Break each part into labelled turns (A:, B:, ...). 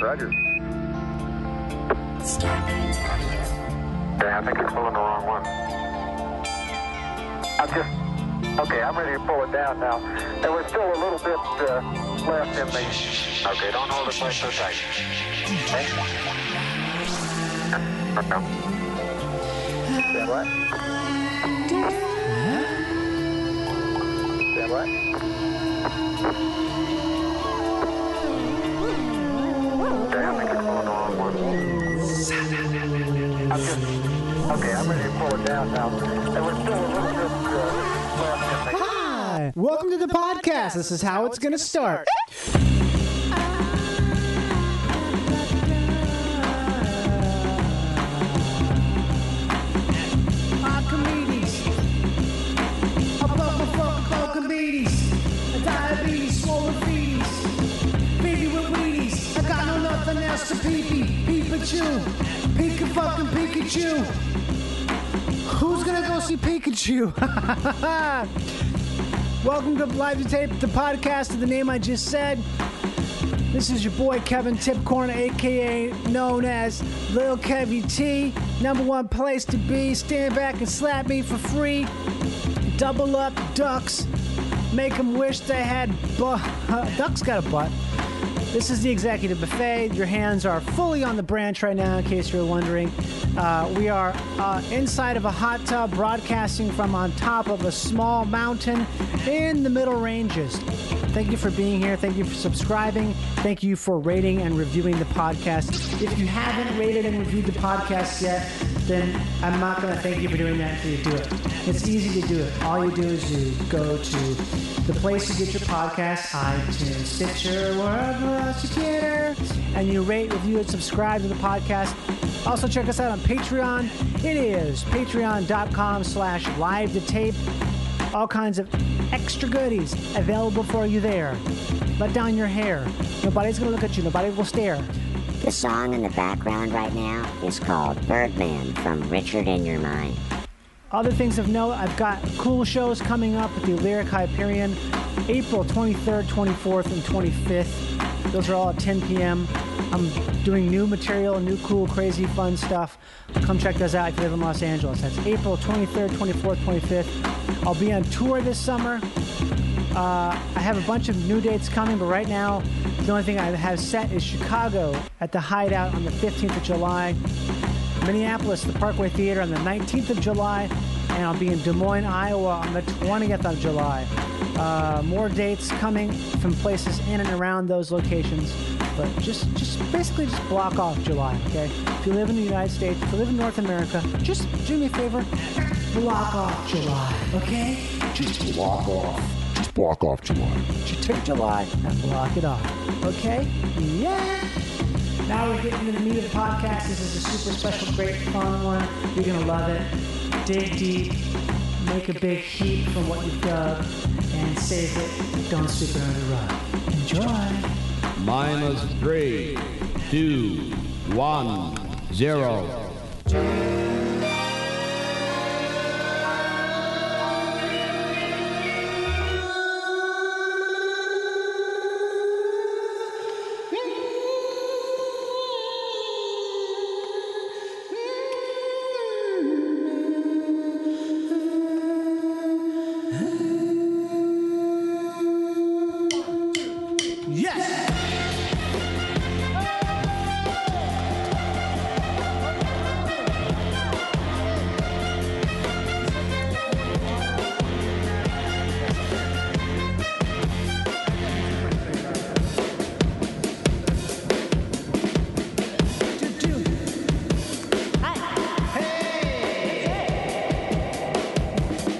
A: Roger.
B: Stargate's audio.
A: Yeah, I think you're pulling the wrong one. I'm just, okay, I'm ready to pull it down now. There was still a little bit uh, left in the. Okay, don't hold it quite so tight. Okay? Said what? Said what? Okay, I think you're pulling the wrong one. I'm just, okay, I'm ready to pull it down now. There was still a little bit uh, left in the.
C: Hi, welcome to the podcast. This is how it's going to start. Pikachu, fucking Pikachu. Who's gonna go see Pikachu? Welcome to Live to Tape, the podcast of the name I just said. This is your boy Kevin Tipcorn, aka known as Lil Kevy T. Number one place to be. Stand back and slap me for free. Double up ducks. Make them wish they had bu- ducks got a butt. This is the Executive Buffet. Your hands are fully on the branch right now, in case you're wondering. Uh, we are uh, inside of a hot tub, broadcasting from on top of a small mountain in the Middle Ranges. Thank you for being here. Thank you for subscribing. Thank you for rating and reviewing the podcast. If you haven't rated and reviewed the podcast yet, then I'm not going to thank you for doing that until you do it. It's easy to do it. All you do is you go to the place you get your podcast, iTunes, Stitcher, wherever else you get her, and you rate, review, and subscribe to the podcast. Also, check us out on Patreon. It is patreon.com slash live to tape all kinds of extra goodies available for you there. Let down your hair. Nobody's gonna look at you. Nobody will stare.
B: The song in the background right now is called Birdman from Richard in Your Mind.
C: Other things of note, I've got cool shows coming up at the Lyric Hyperion April 23rd, 24th, and 25th. Those are all at 10 p.m. I'm doing new material, new cool, crazy, fun stuff. Come check those out if you live in Los Angeles. That's April 23rd, 24th, 25th. I'll be on tour this summer. Uh, I have a bunch of new dates coming, but right now, the only thing I have set is Chicago at the Hideout on the 15th of July, Minneapolis, the Parkway Theater on the 19th of July, and I'll be in Des Moines, Iowa on the 20th of July. Uh, more dates coming from places in and around those locations, but just just basically just block off July, okay? If you live in the United States, if you live in North America, just do me a favor, block off July, okay? Just
D: block off. Just block off July.
C: you take July and block it off. Okay? Yeah. Now we're getting into the meat of the podcast. This is a super special, great, fun one. You're gonna love it. Dig deep, make a big heap from what you've dug, and save it. Don't sweep it under the rug. Enjoy.
E: Minus three, two, one, zero.
C: Yes!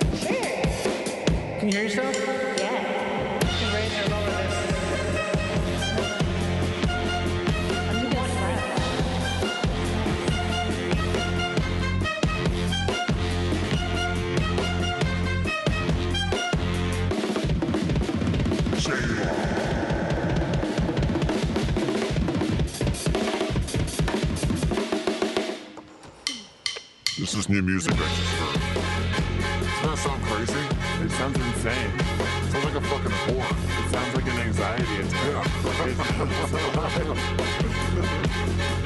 C: Can you hear yourself?
D: This is new music I just heard. Doesn't that sound crazy?
F: It sounds insane. Sounds like
D: like a fucking whore. It sounds like an anxiety attack.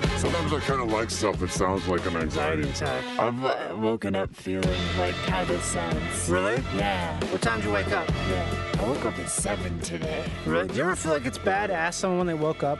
F: Sometimes I kind of like stuff that sounds like an anxiety.
C: attack.
D: I've uh, woken up feeling like how this sounds.
C: Really?
D: Yeah,
C: What time did you wake up?
D: yeah. I woke up at 7 today.
C: Really? Do you ever feel like it's bad to ask someone when they woke up?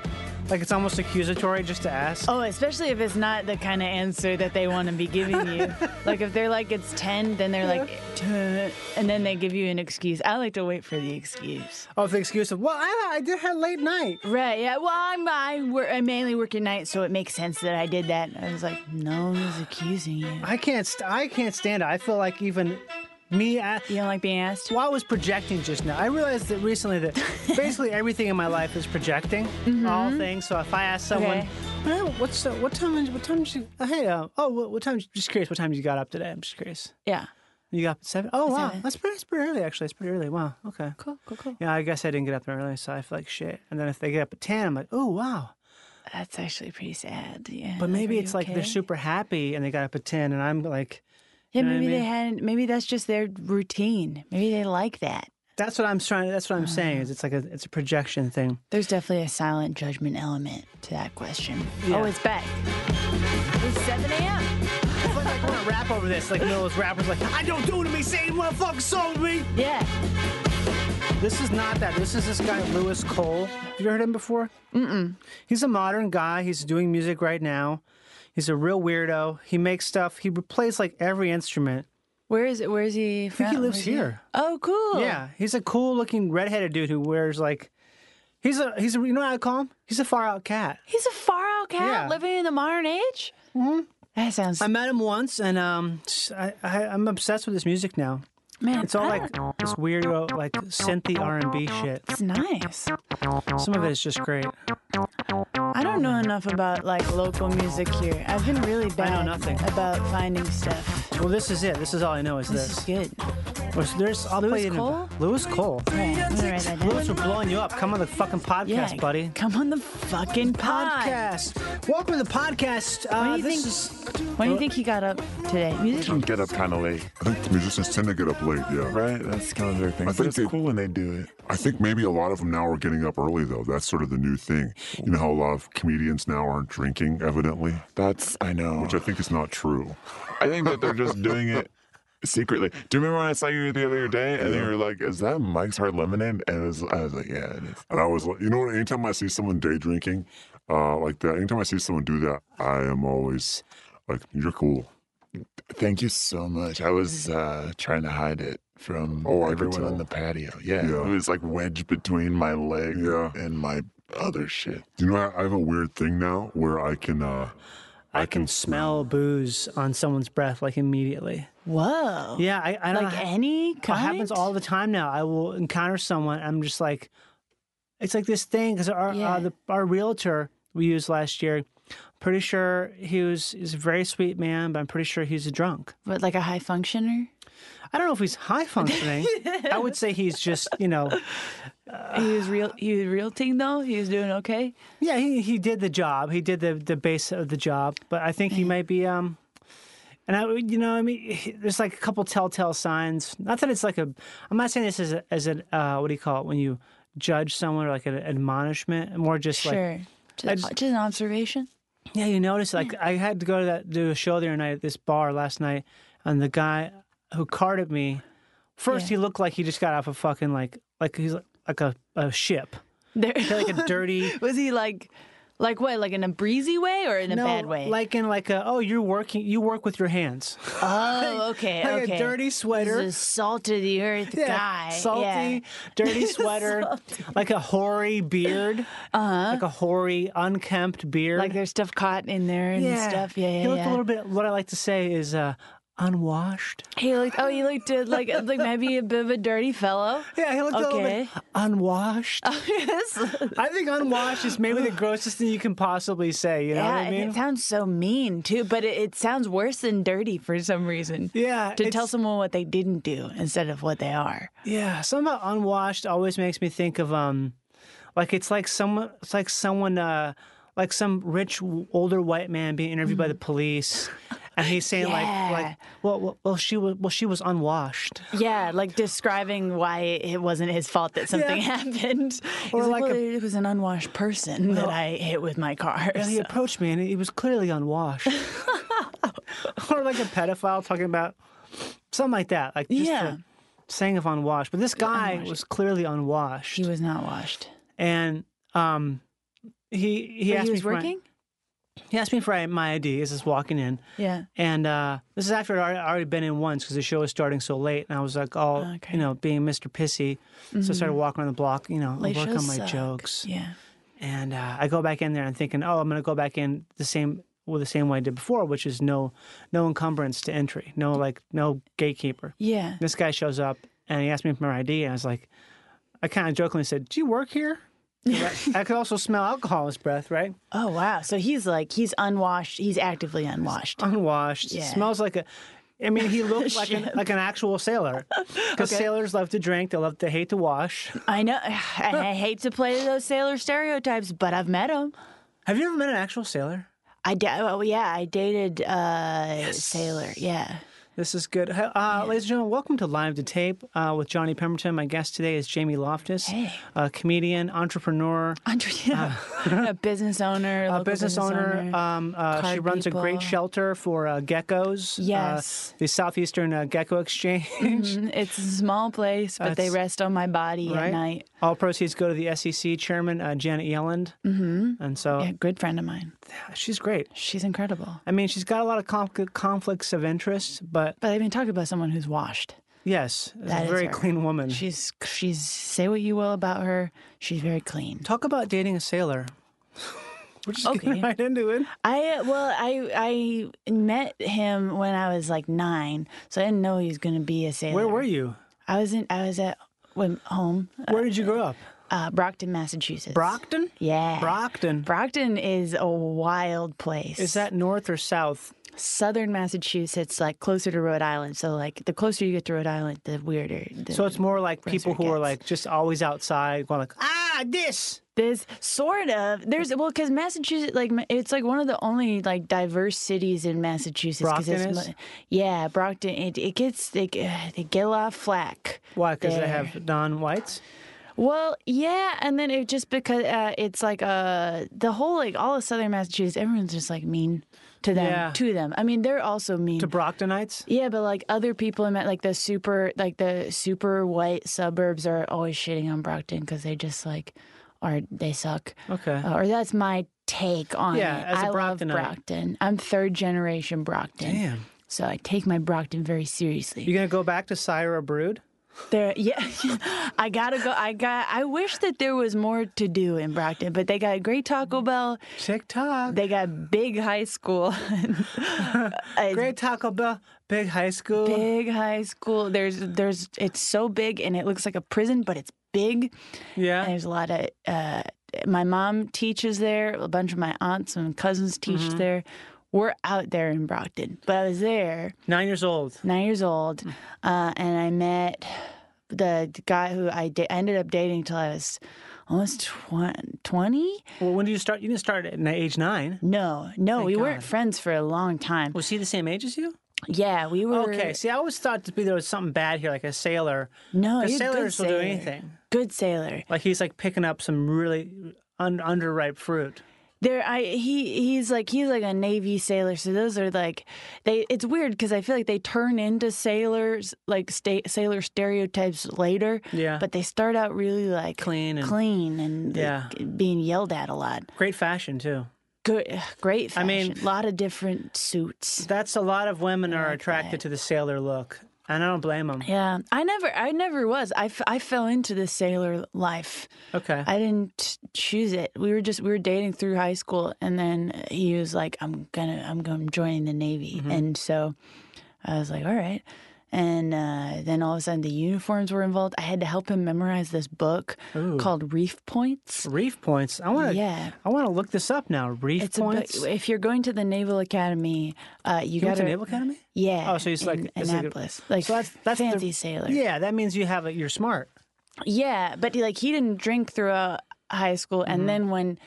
C: Like it's almost accusatory just to ask?
G: Oh, especially if it's not the kind of answer that they want to be giving you. like if they're like it's ten, then they're like, "Tuh," and then they give you an excuse. I like to wait for the excuse.
C: Oh, the excuse of, well, I, I did have late night.
G: Right? Yeah. Well, I'm I, wor- I mainly work at night, so it makes sense that I did that. I was like, no one's accusing you.
C: I can't, st- I can't stand it. I feel like even me, a-
G: You don't like being asked?
C: Well, I was projecting just now. I realized that recently that basically everything in my life is projecting, all things. So if I ask someone,
G: Mm-hmm. Okay.
C: "Well, "What's uh, what time? What time did you? uh, Hey, uh, oh, what, what time? Just curious. What time did you got up today? I'm just curious.
G: Yeah.
C: You got up at seven? Oh, wow,
G: Seven.
C: that's pretty, that's pretty early actually. It's pretty early. Wow, okay.
G: Cool. Cool. Cool.
C: Yeah, I guess I didn't get up that early, so I feel like shit. And then if they get up at ten, I'm like, oh wow.
G: That's actually pretty sad. Yeah.
C: But
G: Like,
C: maybe
G: are
C: it's
G: you
C: like they're
G: okay?
C: super happy and they got up at ten, and I'm like,
G: Yeah.
C: know what I
G: Maybe they
C: mean?
G: hadn't. Maybe that's just their routine. Maybe they like that.
C: that's what I'm trying. That's what
G: Uh-huh.
C: I'm saying. Is it's like a it's a projection thing.
G: There's definitely a silent judgment element to that question.
C: Yeah.
G: Oh, it's back. It's 7 a.m.
C: like want to rap over this, like you know those rappers, like I don't do it to me, say motherfucker sold me.
G: Yeah.
C: This is not that. This is this guy Lewis Cole. Have you heard him before? Mm-mm. He's a modern guy. He's doing music right now. He's a real weirdo. He makes stuff. He plays like every instrument.
G: Where is it? Where is he from?
C: think he lives
G: Where's
C: here.
G: Oh, cool.
C: Yeah, he's a cool looking redheaded dude who wears like. He's a he's a you know what I call him? He's a far out cat.
G: He's a far out cat
C: Yeah.
G: living in the modern age. Mm-hmm. That sounds.
C: I met him once, and um, I, I I'm obsessed with his music now.
G: man,
C: It's all
G: I
C: like
G: don't-
C: this weirdo like synthy R and B shit.
G: It's nice.
C: Some of it is just great.
G: I don't know enough about like local music here. I've been really bad
C: nothing.
G: about finding stuff.
C: Well, this is it. This is all I know is
G: This,
C: this.
G: is good.
C: Which there's, I'll
G: Lewis
C: play it in-
G: Cole?
C: Lewis Cole.
G: Right, I'm gonna write that down.
C: Lewis, we're blowing you up. Come on the fucking podcast,
G: yeah,
C: buddy.
G: Come on the fucking pod.
C: Podcast. Welcome to the podcast. Uh,
G: What do you
C: this
G: think-
C: is
G: When do you think he got up today? Music?
D: Don't get up kind of late,
F: I think musicians tend to get up late, yeah.
D: right? That's kind of their thing.
F: I
D: But
F: think
D: it's
F: they-
D: cool when they do it.
F: I think maybe a lot of them now are getting up early, though. That's sort of the new thing. You know how a lot of comedians now aren't drinking, evidently,
D: That's, I know.
F: which I think is not true.
D: I think that they're just doing it secretly. Do you remember when I saw you the other day and you were like, "Is that Mike's Hard Lemonade?" And it was, I was like, "Yeah, it is."
F: And I was like, you know what? Anytime I see someone day drinking uh, like that, anytime I see someone do that, I am always like, you're cool. Mm-hmm.
D: Thank you so much. I was uh, trying to hide it from
F: Oh, I could
D: everyone
F: tell.
D: on the patio. Yeah,
F: Yeah.
D: it was like wedged between my leg
F: Yeah.
D: and my other shit.
F: You know, I, I have a weird thing now where I can, uh,
C: I can smell booze on someone's breath like immediately.
G: Whoa.
C: Yeah, I, I don't
G: Like
C: know. how-
G: any kind.
C: It happens all the time now. I will encounter someone. I'm just like, it's like this thing because our
G: Yeah.
C: uh, the, our realtor we used last year. Pretty sure he was he's a very sweet man, but I'm pretty sure he's a drunk.
G: What, like a high functioner?
C: I don't know if he's high functioning. I would say he's just you know
G: he was real. He was realting though. He was doing okay.
C: Yeah, he, he did the job. He did the, the base of the job, but I think he
G: Mm.
C: might be um and I you know, I mean there's like a couple telltale signs. Not that it's like a I'm not saying this as a, as an uh what do you call it when you judge someone or like an admonishment, more just like
G: Sure. Just,
C: just-
G: just an observation.
C: yeah, you notice like I had to go to that do a show the other night at this bar last night and the guy who carded me first
G: Yeah.
C: he looked like he just got off a fucking like like he's like, like a, a ship.
G: There,
C: Like a dirty
G: was he like, like what? Like in a breezy way or in a bad way?
C: Like in like a oh you're working you work with your hands.
G: oh, okay,
C: like
G: okay.
C: a dirty sweater.
G: He's a salt of the earth
C: Yeah,
G: guy.
C: Salty,
G: Yeah.
C: dirty sweater, like a hoary beard. Uh-huh. Like a hoary, unkempt beard.
G: Like there's stuff caught in there and
C: yeah.
G: stuff. Yeah, yeah,
C: He looked
G: yeah.
C: a little bit what I like to say is uh unwashed.
G: He looked. Oh, he looked uh, like like maybe a bit of a dirty fellow.
C: Yeah, he looked a little bit
G: Okay.
C: unwashed.
G: Uh, yes.
C: I think unwashed is maybe the grossest thing you can possibly say, you know
G: yeah,
C: what I
G: and
C: mean?
G: it sounds so mean too, but it, it sounds worse than dirty for some reason.
C: Yeah,
G: to tell
C: it's-
G: someone what they didn't do instead of what they are.
C: Yeah, somehow unwashed always makes me think of um, like it's like someone, it's like someone, uh, like some rich w- older white man being interviewed by the police, and he's saying like
G: Mm-hmm. Yeah.
C: like well, well well she was well she was unwashed
G: Yeah, like describing why it wasn't his fault that something
C: Yeah.
G: happened.
C: Or
G: Or like,
C: like
G: well,
C: a-
G: it was an unwashed person that I hit with my car.
C: and he
G: so-
C: approached me and he was clearly unwashed or like a pedophile talking about something like that like just
G: Yeah.
C: the saying of unwashed but this guy
G: Unwashed.
C: was clearly unwashed
G: He was not washed.
C: and um he he
G: But
C: asked
G: he
C: me
G: was
C: for my-
G: working.
C: he asked me for my ID as I was walking in
G: Yeah.
C: And uh, this is after I'd already been in once because the show was starting so late, and I was like, all
G: Ah, Okay.
C: you know, being Mr. Pissy. So I started walking around the block, you know, I
G: Late
C: work on
G: shows
C: my
G: suck.
C: jokes,
G: Yeah.
C: and uh, I go back in there and thinking, oh, I'm gonna go back in the same well, the same way I did before, which is no, no encumbrance to entry, no like no gatekeeper.
G: Yeah.
C: This guy shows up and he asked me for my ID, and I was like, I kind of jokingly said, "Do you work here?" 'Cause I, I could also smell alcohol in his breath, right?
G: Oh wow. So he's like he's unwashed. He's actively unwashed.
C: Um, unwashed.
G: Yeah.
C: Smells like a. I mean, he looked like an, like an actual sailor, because sailors love to drink. They love they hate to wash.
G: I know. And I hate to play to those sailor stereotypes, but I've met him.
C: Have you ever met an actual sailor?
G: I da- oh yeah, I dated uh sailor. Yeah.
C: This is good, Hey, uh, ladies and gentlemen. Welcome to Live to Tape uh, with Johnny Pemberton. My guest today is Jamie Loftus,
G: Hey.
C: a comedian, entrepreneur,
G: Andre, yeah. a business owner,
C: a business, owner. Um, uh, she
G: card
C: runs a great
G: people.
C: shelter for uh, geckos. uh,
G: Yes.
C: the Southeastern uh, Gecko Exchange.
G: Mm, it's a small place, but they
C: That's-
G: rest on my body
C: right?
G: at night.
C: All proceeds go to the SEC chairman uh, Janet Yelland. Mm-hmm. And so
G: Yeah, good friend of mine.
C: she's great.
G: She's incredible.
C: I mean, she's got a lot of conf- conflicts of interest, but
G: But I mean, talk about someone who's washed.
C: yes,
G: That
C: a
G: is
C: very
G: her.
C: clean woman.
G: She's she's say what you will about her. She's very clean.
C: Talk about dating a sailor. We're just
G: Okay.
C: getting right into it.
G: I uh, well, I I met him when I was like nine, so I didn't know he was gonna be a sailor.
C: Where were you?
G: I was in. I was at when home,
C: Where did you grow up?
G: uh, Brockton, Massachusetts.
C: Brockton?
G: Yeah.
C: Brockton.
G: Brockton is a wild place.
C: Is that north or south?
G: southern Massachusetts, like closer to Rhode Island? So like the closer you get to Rhode Island, the weirder. The,
C: So it's more like people who are
G: gets.
C: like just always outside, going like, ah, this.
G: There's sort of there's well because Massachusetts like ma- it's like one of the only like diverse cities in Massachusetts. 'cause
C: Brockton
G: it's,
C: is?
G: mu- Yeah, Brockton. It, it gets they g- they get a lot of flack.
C: Why? Because they
G: there.
C: have non-whites.
G: Well, yeah, and then it just because uh, it's like uh the whole like all of southern Massachusetts, everyone's just like mean to them
C: Yeah.
G: to them. I mean, they're also mean.
C: To Brochtonites.
G: yeah, but like other people in Ma- like the super like the super white suburbs are always shitting on Brockton because they just like are they suck.
C: Okay.
G: Uh, or that's my take on
C: Yeah,
G: it.
C: as a
G: I love
C: Brocktonite.
G: Brockton. I'm third generation Brockton.
C: Damn.
G: So I take my Brockton very seriously.
C: You gonna go back to Syra Brood?
G: There, yeah, I gotta go. I got. I wish that there was more to do in Brockton, but they got a great Taco Bell.
C: TikTok.
G: They got big high school. It's
C: Great Taco Bell. Big high school.
G: Big high school. There's, there's. It's so big, and it looks like a prison, but it's big.
C: yeah.
G: And there's a lot of uh, my mom teaches there. A bunch of my aunts and cousins teach
C: Mm-hmm.
G: there. We're out there in Brockton, but I was there
C: Nine years old.
G: nine years old,
C: Mm.
G: uh, and I met the guy who I da- I ended up dating till I was almost twen- twenty.
C: Well, when did you start? You didn't start at n- age nine.
G: No, no, we
C: God.
G: weren't friends for a long time.
C: Was he the same age as you?
G: Yeah, we were.
C: Okay. See, I always thought to be there was something bad here, like a sailor.
G: no,
C: Because
G: you're a good
C: sailors will do
G: sailor.
C: anything.
G: Good sailor.
C: Like he's like picking up some really un- underripe fruit.
G: There, I he he's like he's like a navy sailor. So those are like they. It's weird because I feel like they turn into sailors like sta- sailor stereotypes later.
C: Yeah.
G: but they start out really like
C: Clean and-
G: clean and
C: Yeah.
G: like, being yelled at a lot.
C: Great fashion too.
G: good, great. Fashion.
C: I mean-
G: a lot of different suits.
C: That's a lot of women are attracted to the sailor look, and I don't blame them.
G: Yeah, I never, I never was. I, f- I fell into the sailor life.
C: Okay.
G: I didn't choose it. We were just we were dating through high school, and then he was like, "I'm gonna, I'm gonna I'm joining the navy,"
C: Mm-hmm.
G: and so I was like, "All right." And uh, then all of a sudden, the uniforms were involved. I had to help him memorize this book called Reef Points.
C: Reef points. I want to.
G: Yeah.
C: I want to look this up now. Reef
G: It's a book-
C: points.
G: if you're going to the Naval Academy, uh, you,
C: you
G: got
C: went to Naval Academy.
G: Yeah.
C: Oh, so it's like-
G: in
C: it's like a-
G: Annapolis, like,
C: So that's that's the-
G: fancy sailor.
C: Yeah, that means you have a, you're smart. Mm-hmm.
G: yeah, but he, like he didn't drink throughout high school, and then when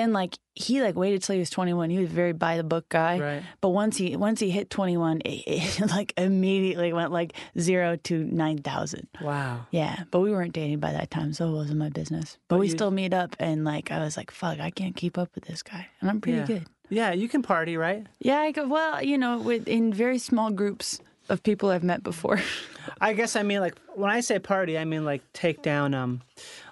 G: Then like he like waited till he was 21. He was a very by the book guy.
C: Right.
G: But once he once he hit 21, it, it like immediately went like 0 to 9,000.
C: Wow.
G: Yeah, but we weren't dating by that time, so it wasn't my business. But, we
C: you-
G: still meet up, and like I was like, "Fuck, I can't keep up with this guy," and I'm pretty
C: yeah.
G: good.
C: Yeah, you can party, right?
G: Yeah, I go well, you know, with in very small groups of people I've met before.
C: I guess I mean like when I say party, I mean like take down, um,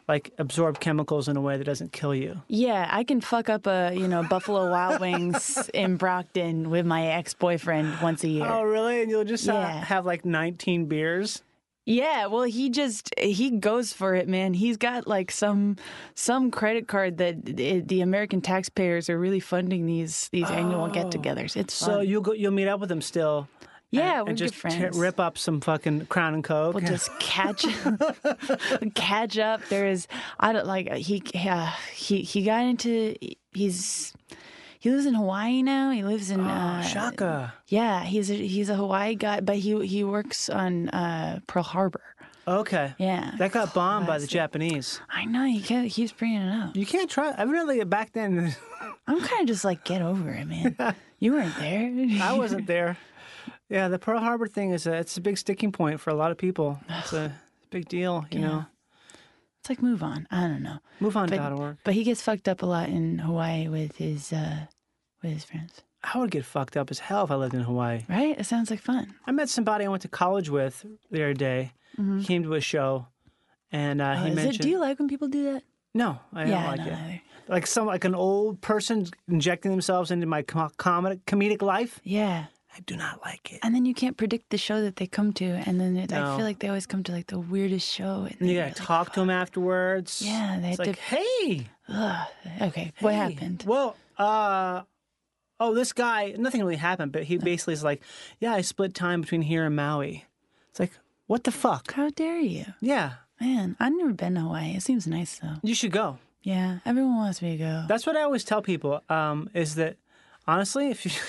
C: like absorb chemicals in a way that doesn't kill you.
G: yeah, I can fuck up a you know Buffalo Wild Wings in Brockton with my ex boyfriend once a year.
C: Oh, really? And you'll just uh,
G: Yeah.
C: have like 19 beers.
G: Yeah, well, he just he goes for it, man. He's got like some some credit card that the, the American taxpayers are really funding these these annual get-togethers. It's
C: Oh. So
G: fun.
C: you'll go, you'll meet up with them still.
G: yeah,
C: and,
G: we're
C: and just
G: good
C: tear-
G: friends.
C: rip up some fucking Crown and Coke.
G: We'll just catch catch up. There is I don't like he uh, he he got into he's he lives in Hawaii now. He lives
C: Oh,
G: in uh,
C: Shaka.
G: yeah. He's a, he's a Hawaii guy, but he he works on uh, Pearl Harbor.
C: Okay.
G: Yeah.
C: That got bombed by the Japanese.
G: I know he kept, he was bringing it up.
C: You can't try. I really back then.
G: I'm kind of just like get over it, man. you weren't there.
C: I wasn't there. Yeah, the Pearl Harbor thing is a it's a big sticking point for a lot of people. It's a big deal, you know.
G: It's like move on. I don't know. But,
C: MoveOn.org.
G: but he gets fucked up a lot in Hawaii with his uh, with his friends.
C: I would get fucked up as hell if I lived in Hawaii.
G: Right? It sounds like fun.
C: I met somebody I went to college with the other day. He came to a show, and uh,
G: Uh,
C: he
G: Mm-hmm. is
C: mentioned.
G: it, do you like when people do that?
C: No, I
G: yeah,
C: don't like
G: no,
C: it.
G: either.
C: Like some like an old person injecting themselves into my com- comedic comedic life.
G: Yeah.
C: I do not like it.
G: And then you can't predict the show that they come to. And then it, I
C: No.
G: feel like they always come to like the weirdest show. And
C: And you
G: then
C: gotta
G: you're
C: talk to him afterwards.
G: Yeah, they
C: it's
G: have
C: like,
G: to-
C: hey,
G: like, okay, what
C: Hey.
G: happened?
C: Well, uh, oh, this guy, nothing really happened, but
G: Uh.
C: he basically is like, yeah, I split time between here and Maui. It's like, what the fuck?
G: How dare you?
C: Yeah,
G: Man, I've never been to Hawaii. It seems nice though.
C: you should go.
G: Yeah, everyone wants me to go.
C: That's what I always tell people um, is that honestly, if you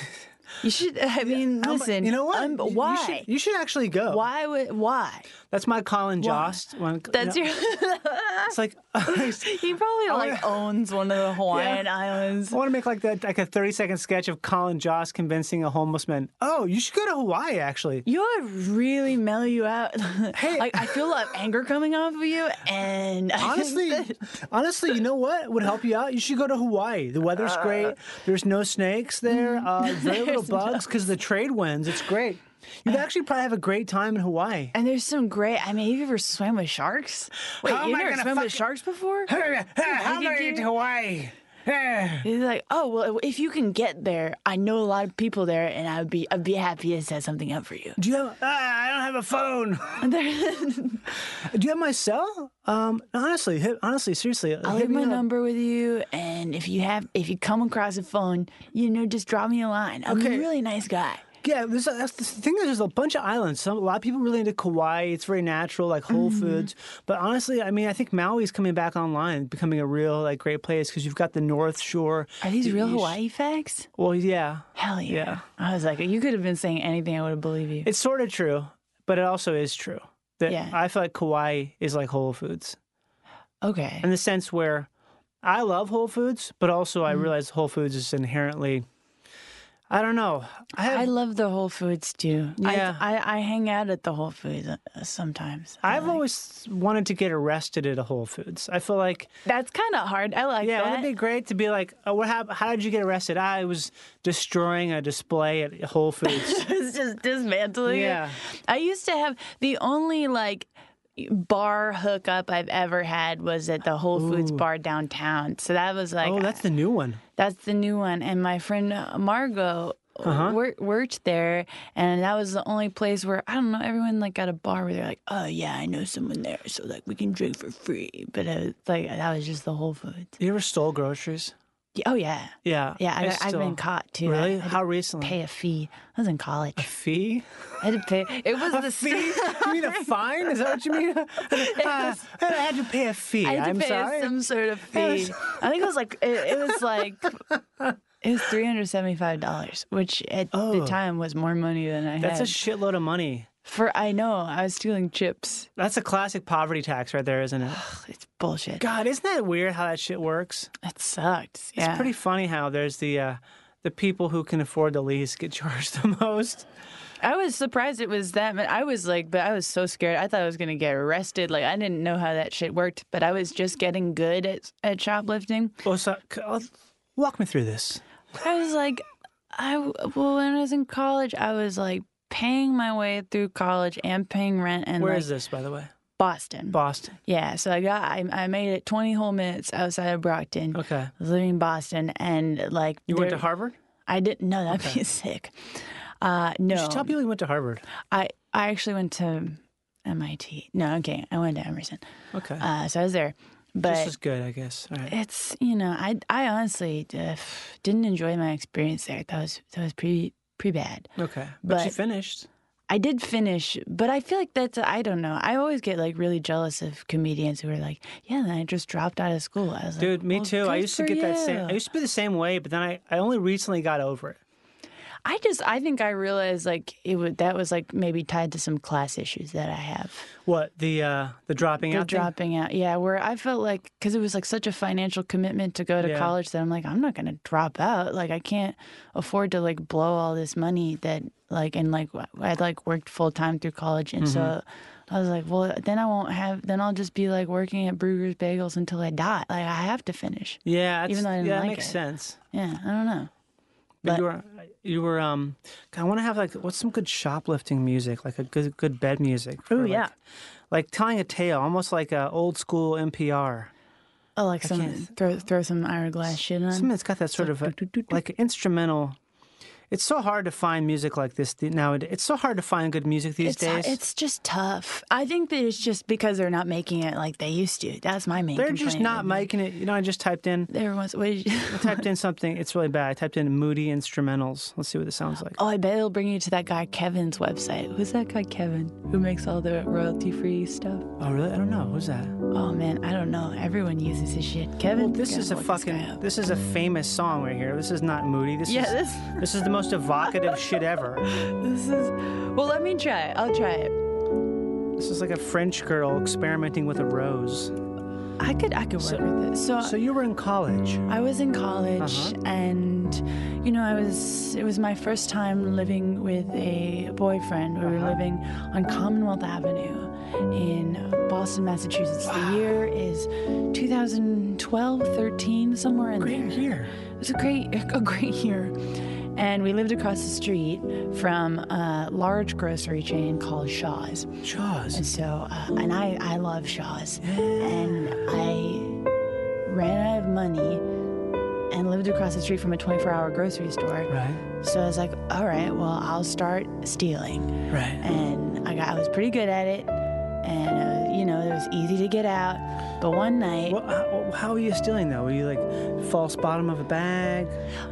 G: You should, I mean,
C: I'm-
G: listen.
C: you know what?
G: I'm-
C: You- you
G: why?
C: should- You should actually go.
G: why would, why?
C: That's my Colin
G: Why?
C: Jost. When,
G: That's
C: you know,
G: your,
C: It's like I
G: he probably
C: wanna-
G: like owns one of the Hawaiian islands.
C: want to make like that like a thirty second sketch of Colin Jost convincing a homeless man. Oh, you should go to Hawaii. Actually,
G: You know what really mellow you out? Hey. like, I feel a lot of anger coming off of you, and I think
C: honestly,
G: that-
C: honestly, you know what would help you out? You should go to Hawaii. The weather's
G: Uh.
C: great. There's no snakes there.
G: Mm.
C: Uh, very little bugs because the trade wins. It's great.
G: Uh.
C: You'd actually probably have a great time in Hawaii.
G: and there's some great. I mean, have you ever swam with sharks? Wait,
C: How am
G: you
C: I
G: never
C: gonna
G: swam with
C: fuck-
G: sharks before?
C: How
G: am I gonna get to
C: Hawaii?
G: He's like, oh well, if you can get there, I know a lot of people there, and I'd be I'd be happy to set something up for you.
C: Do you have? Ah, I don't have a phone.
G: And there-
C: Do you have my cell? Um, honestly, hit, honestly, seriously,
G: I'll
C: hit
G: leave
C: me
G: my
C: up.
G: number with you, and if you have, if you come across a phone, you know, just drop me a line. I'm
C: Okay.
G: a really nice guy.
C: Yeah, there's, that's the thing. Is there's a bunch of islands. Some, a lot of people really into Kauai. It's very natural, like Whole
G: Mm-hmm.
C: Foods. But honestly, I mean, I think Maui's coming back online, becoming a real like great place because you've got the North Shore.
G: Are these
C: You-
G: real
C: you sh-
G: Hawaii facts?
C: Well, yeah,
G: Hell yeah.
C: Yeah.
G: I was like, you could have been saying anything, I would have believed you.
C: it's sort of true, but it also is true that
G: Yeah.
C: I feel like Kauai is like Whole Foods
G: okay.
C: in the sense where I love Whole Foods, but also I
G: Mm.
C: realize Whole Foods is inherently. I don't know. I have,
G: I love the Whole Foods too. I-
C: Yeah.
G: I, I, hang out at the Whole Foods uh, sometimes. I
C: I've
G: like-
C: always wanted to get arrested at a Whole Foods. I feel like,
G: That's kind of hard. I like
C: yeah,
G: that.
C: wouldn't it be great to be like, oh, what happened? How did you get arrested? I was destroying a display at Whole Foods.
G: it's just dismantling. it.
C: Yeah.
G: I used to have the only like bar hookup I've ever had was at the Whole Foods bar downtown. So that was like
C: oh, that's the new one.
G: that's the new one. And my friend uh, Margot
C: Uh-huh.
G: wor- worked there, and that was the only place where I don't know everyone like got a bar where they're like, oh yeah, I know someone there, so like we can drink for free. But it was, like that was just the Whole Foods.
C: You ever stole groceries?
G: Yeah, Oh yeah,
C: Yeah.
G: yeah. I, I've
C: still-
G: been caught too. I
C: Really?
G: had to
C: How recently?
G: Pay a fee. I was in college.
C: Fee?
G: I had to pay. It was the
C: Fee? you mean a fine? Is that what you mean? Uh, I had to pay a fee.
G: I had to
C: am
G: pay
C: sorry.
G: some sort of
C: was-
G: fee. I think it was like it, it was like it was three hundred seventy-five dollars, which at the time was more money than I
C: That's a
G: had.
C: shitload of money.
G: For I know I was stealing chips.
C: That's a classic poverty tax right there, isn't it?
G: Ugh, it's bullshit.
C: God, isn't that weird how that shit works?
G: It sucked. Yeah.
C: It's pretty funny how there's the uh, the people who can afford the least get charged the most.
G: I was surprised it was that. ma- I was like, but I was so scared. I thought I was gonna get arrested. Like I didn't know how that shit worked, but I was just getting good at at shoplifting.
C: Well, so, c- uh, walk me through this.
G: I was like, I well when I was in college, I was like paying my way through college and paying rent and
C: Where
G: like
C: is this, by the way?
G: Boston.
C: Boston.
G: yeah, so I got I, I made it 20 whole minutes outside of Brockton.
C: Okay.
G: I was living in Boston and like
C: You went to
G: there-
C: Harvard?
G: I didn't know that'd be sick. Uh, no,
C: You should tell people you went to Harvard.
G: I I actually went to MIT. No, okay, I went to Emerson.
C: Okay.
G: Uh, so I was there, but
C: this is good, I guess. All right.
G: it's you know I I honestly uh, didn't enjoy my experience there. That was that was pretty pretty bad.
C: Okay. But, you
G: but-
C: finished.
G: I did finish, but I feel like that's I don't know. I always get like really jealous of comedians who are like, yeah, then I just dropped out of school. I was like,
C: Dude, me
G: "Well,
C: too. I
G: good
C: used to
G: for
C: get that same.
G: you."
C: I used to be the same way, but then I, I only recently got over it.
G: I just I think I realized like it would that was like maybe tied to some class issues that I have.
C: What the uh, the dropping
G: The
C: out? thing?
G: dropping out, yeah, where I felt like because it was like such a financial commitment to go to
C: Yeah.
G: college that I'm like I'm not gonna drop out. Like I can't afford to like blow all this money that like and like I'd like worked full time through college and so.
C: Mm-hmm.
G: I was like, well, then I won't have. Then I'll just be like working at Brugger's Bagels until I die. Like I have to finish.
C: Yeah, that's-
G: Even though I didn't
C: yeah, that
G: like
C: makes
G: it.
C: sense.
G: Yeah, I don't know.
C: But
G: But-
C: you were you were um. God, I want to have like what's some good shoplifting music, like a good good bed music. for,
G: Ooh,
C: like-
G: yeah.
C: like telling a tale, almost like a old school NPR.
G: Oh, like some
C: can't-
G: throw throw some hourglass shit on.
C: Something that's got that sort of a, like instrumental. It's so hard to find music like this th- nowadays. It's so hard to find good music these
G: it's, uh,
C: days.
G: It's just tough. I think that it's just because they're not making it like they used to. That's my main.
C: They're just
G: complaint
C: not
G: with
C: making it. You know, I just typed in.
G: it. There was. What did you,
C: I typed in something. It's really bad. I typed in moody instrumentals. Let's see what it sounds like.
G: oh, I bet it'll bring you to that guy Kevin's website. Who's that guy Kevin who makes all the royalty free stuff?
C: Oh, really? I don't know. Who's that?
G: Oh man, I don't know. Everyone uses his shit. Kevin.
C: Well, this
G: gotta
C: is a
G: look this guy
C: fucking.
G: up.
C: This is a famous song right here. This is not moody. This
G: Yeah,
C: is
G: this-
C: this is the most evocative shit ever.
G: This is. Well, let me try. it. I'll try it.
C: This is like a French girl experimenting with a rose.
G: I could. I could work with it. So.
C: So you were in college.
G: I was in college and you know I was it was my first time living with a boyfriend. We were living on Commonwealth Avenue in Boston, Massachusetts. The year is 2012, 13, somewhere in there.
C: Here.
G: It was a great a great year. And we lived across the street from a large grocery chain called Shaw's.
C: Jaws.
G: And so, uh, and I, I love Shaw's. And I ran out of money and lived across the street from a 24 hour grocery store.
C: Right.
G: So I was like, all right, well, I'll start stealing.
C: Right.
G: And I, got, I was pretty good at it. And, uh, you know, it was easy to get out. But one night,
C: Well, how, how were you stealing though? Were you like false bottom of a bag?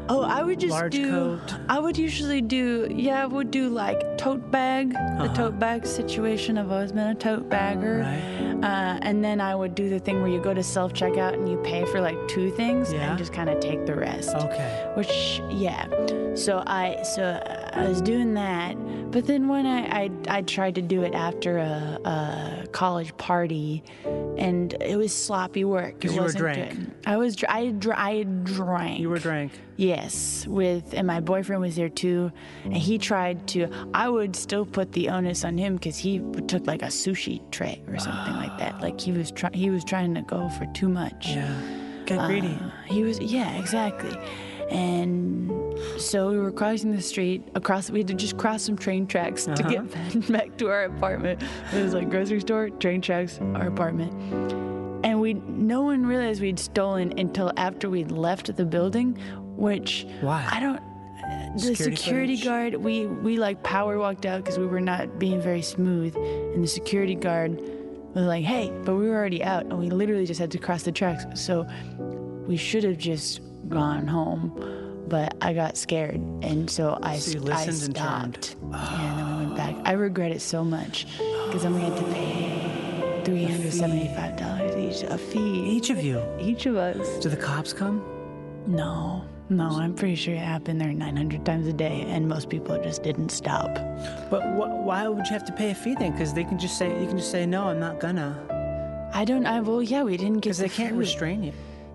G: oh, I would just
C: large
G: do,
C: coat?
G: I would usually do, yeah, I would do like tote bag, the tote bag situation. I've always been a tote bagger.
C: Uh-huh. Right.
G: Uh, and then I would do the thing where you go to self checkout and you pay for like two things
C: Yeah.
G: and just kind of take the rest.
C: Okay.
G: Which yeah, so I so uh, I was doing that, but then when I I, I tried to do it after a, a college party, and it was sloppy work.
C: 'Cause
G: It
C: you were
G: wasn't
C: drank.
G: good. I was dr- I dr- I drank.
C: You were drank.
G: Yes, with and my boyfriend was there too, and he tried to. I would still put the onus on him because he took like a sushi tray or something like that. Like he was trying, he was trying to go for too much.
C: Yeah.
G: Uh.
C: Got greedy.
G: He was, yeah, exactly. And so we were crossing the street across. We had to just cross some train tracks to get back,
C: Uh-huh.
G: back to our apartment. It was like grocery store, train tracks, our apartment. And we, no one realized we'd stolen until after we'd left the building, which
C: Why?
G: I don't. The
C: Security
G: security,
C: footage?
G: guard, we we like power walked out because we were not being very smooth, and the security guard was like, "Hey," but we were already out, and we literally just had to cross the tracks. So we should have just gone home, but I got scared, and so I,
C: So you
G: st- I
C: listened and turned.
G: stopped. Yeah, and then we went back. I regret it so much because then we had to pay three hundred seventy-five dollars each, a fee
C: Each of you.
G: each of us.
C: Do the cops come?
G: No, no, I'm pretty sure I have been there 900 times a day, and most people just didn't stop.
C: But wh- why would you have to pay a fee then? Because they can just say you can just say no, I'm not gonna.
G: I don't. I well, yeah, we didn't get.
C: Because they
G: the
C: can't
G: food.
C: restrain you.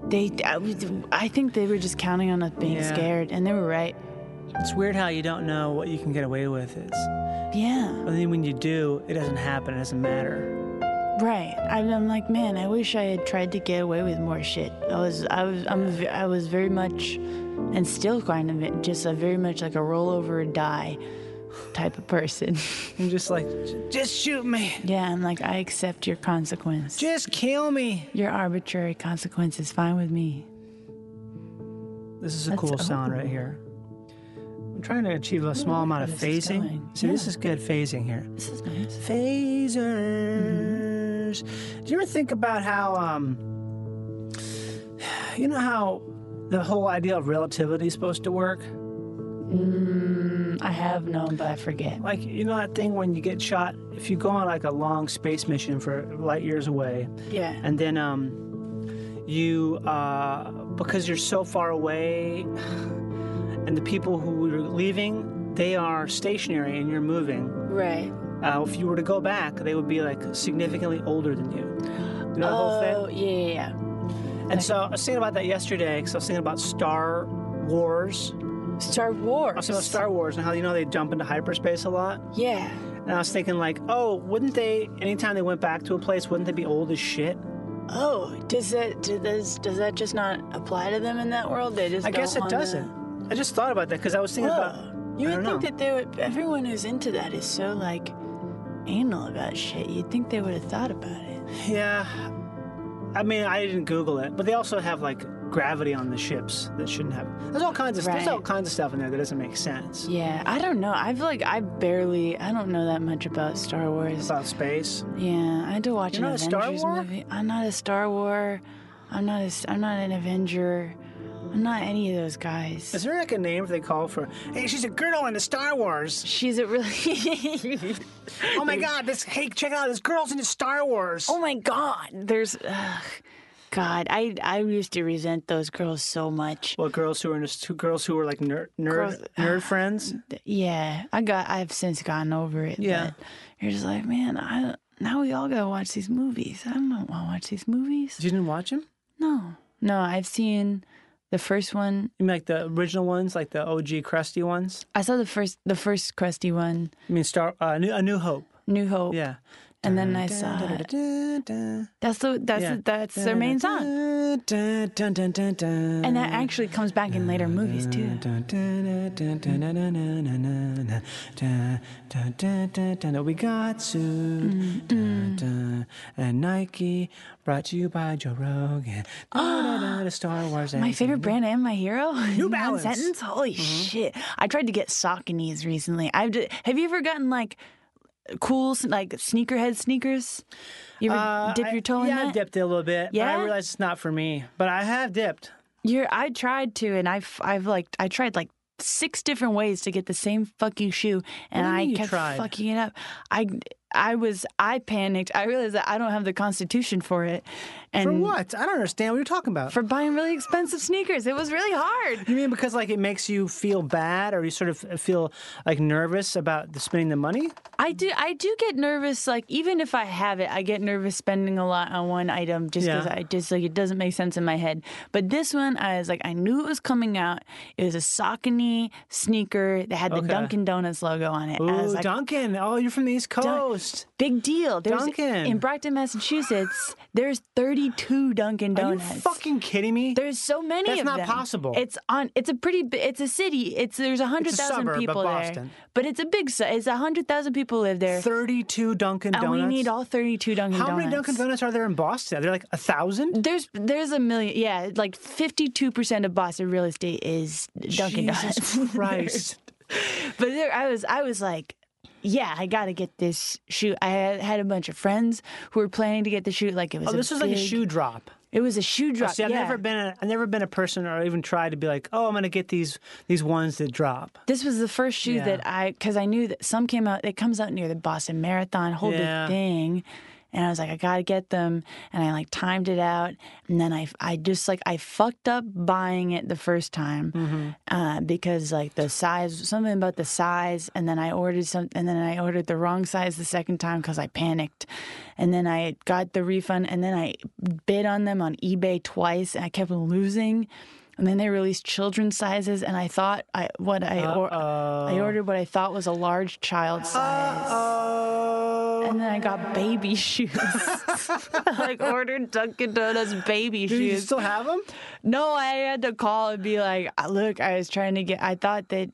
G: They, I, was- I think they were just counting on us being
C: Yeah.
G: scared, and they were right.
C: It's weird how you don't know what you can get away with. It's
G: Yeah,
C: but then when you do, it doesn't happen. It doesn't matter.
G: right. I'm, I'm like, man, I wish I had tried to get away with more shit. I was, I was, I'm, ve- I was very much, and still kind of it- just a very much like a roll over and die type of person.
C: You're just like, "J- just shoot me,
G: yeah, I'm like, I accept your consequence.
C: just kill me.
G: Your arbitrary consequence is fine with me.
C: This is a
G: That's-
C: cool sound right
G: oh.
C: here. I'm trying to achieve a small
G: like
C: amount
G: where
C: of
G: this is
C: phasing.
G: going.
C: See, this
G: Yeah.
C: is good phasing here.
G: This is nice.
C: phasers.
G: Mm-hmm.
C: Do you ever think about how, um, you know how the whole idea of relativity is supposed to work?
G: I have known, but I forget.
C: Like, you know that thing when you get shot, if you go on like a long space mission for light years away,
G: Yeah.
C: and then um, you, uh, because you're so far away, and the people who are leaving, they are stationary and you're moving.
G: Right.
C: Uh, if you were to go back, they would be like significantly older than you. You know the whole thing?
G: Oh, yeah, yeah, yeah.
C: And so I was thinking about that yesterday because I was thinking about Star Wars.
G: Star
C: I was
G: Wars.
C: thinking about Star Wars and how you know they jump into hyperspace a lot.
G: yeah.
C: And I was thinking like, oh, wouldn't they? Anytime they went back to a place, wouldn't they be old as shit?
G: Oh, does that does this, does that just not apply to them in that world? They just
C: I guess
G: don't
C: it
G: wanna-
C: doesn't. I just thought about that because I was thinking
G: Whoa.
C: about.
G: You
C: I don't
G: would
C: know.
G: think that they would. Everyone who's into that is so like anal about shit. You'd think they would have thought about it.
C: Yeah. I mean, I didn't Google it, but they also have like gravity on the ships that shouldn't have. There's all kinds of there's
G: Right.
C: all kinds of stuff in there that doesn't make sense
G: Yeah, I don't know. I've like I barely I don't know that much about Star Wars.
C: about space.
G: Yeah, I had to watch
C: You're
G: an
C: not a Star
G: Avengers
C: War?
G: movie. I'm not a Star War. I'm not a. s- I'm not an Avenger. I'm not any of those guys.
C: Is there like a name they call for? Hey, she's a girl in the Star Wars.
G: She's a really.
C: Oh my God! This hey, check it out this girl's into Star Wars.
G: oh my God! There's. Ugh, God, I I used to resent those girls so much.
C: Well, girls who are into two girls who are like nerd nerd
G: Girls-
C: nerd friends.
G: Yeah, I got. I've since gotten over it.
C: Yeah.
G: but you're just like, man. I now we all gotta watch these movies. I don't want to watch these movies.
C: You didn't watch them?
G: No, no. I've seen the first one.
C: You mean like the original ones, like the OG crusty ones?
G: I saw the first the first crusty one,
C: You mean Star uh, New, A New Hope?
G: New Hope.
C: Yeah.
G: And then I saw it. That's the that's
C: Yeah.
G: the, that's their main song, and that actually comes back in later movies too.
C: We got to and Nike brought to you by Joe Rogan. Da-da-da-da, Star Wars.
G: My
C: and-
G: favorite brand and my hero. New
C: mm-hmm. Balance. Mm-hmm.
G: Sentence. Holy shit! I tried to get Sauconies recently. I've d have you ever gotten like cool s- like sneakerhead sneakers? You ever
C: Uh,
G: dip
C: I-
G: your toe
C: yeah,
G: in
C: I've
G: that?
C: dipped it a little bit. But
G: Yeah?
C: I realize it's not for me. But I have dipped.
G: You're, I tried to, and I've I've like I tried like six different ways to get the same fucking shoe, and
C: What do you
G: I
C: mean you
G: kept
C: tried?
G: fucking it up. I I was I panicked. I realized that I don't have the constitution for it, and
C: For what? I don't understand what you're talking about.
G: for buying really expensive sneakers. It was really hard.
C: you mean because like it makes you feel bad or you sort of feel like nervous about the spending the money?
G: I do I do get nervous. Like even if I have it, I get nervous spending a lot on one item just because
C: Yeah.
G: I just like it doesn't make sense in my head. But this one, I was like, I knew it was coming out. It was a Saucony sneaker that had the
C: Okay.
G: Dunkin' Donuts logo on it.
C: Ooh,
G: and I was like,
C: Duncan. Oh, you're from the East Coast.
G: Big deal. There's,
C: Dunkin'.
G: In Brockton, Massachusetts, there's 32 Dunkin'
C: Are you
G: Donuts.
C: fucking kidding me?
G: there's so many
C: That's
G: of
C: not
G: them.
C: possible.
G: It's on. It's a pretty. bi- It's a city. It's there's a hundred thousand
C: suburb of
G: people there.
C: Boston.
G: But it's a big. ci- It's a hundred thousand people live there.
C: 32 Dunkin'
G: and
C: Donuts.
G: we need all 32 Dunkin'
C: How
G: Donuts.
C: many Dunkin' Donuts are there in Boston? Are there like a thousand?
G: There's there's a million. Yeah, like 52% of Boston real estate is Dunkin'
C: Jesus
G: Donuts.
C: Christ.
G: but there, I was I was like, yeah, I gotta get this shoe. I had, had a bunch of friends who were planning to get the shoe. Like it was.
C: Oh, this was like a
G: big-
C: shoe drop. Oh,
G: It was a shoe drop.
C: See, I've
G: yeah.
C: never been a, I've never been a person or even tried to be like, oh, I'm gonna get these these ones that drop.
G: This was the first shoe
C: Yeah.
G: that I, because I knew that some came out. It comes out near the Boston Marathon, whole
C: Yeah.
G: big thing, and I was like, I gotta get them, and I like timed it out, and then I I just like I fucked up buying it the first time uh, because like the size something about the size, and then I ordered some, and then I ordered the wrong size the second time because I panicked, and then I got the refund, and then I bid on them on eBay twice, and I kept losing. And then they released children's sizes, and I thought I what I or, I ordered what I thought was a large child size,
H: Oh,
G: and then I got baby shoes. I like ordered Dunkin' Donuts baby
H: Do you
G: shoes.
H: still have them?
G: No, I had to call and be like, "Uh, "Look, I was trying to get. I thought that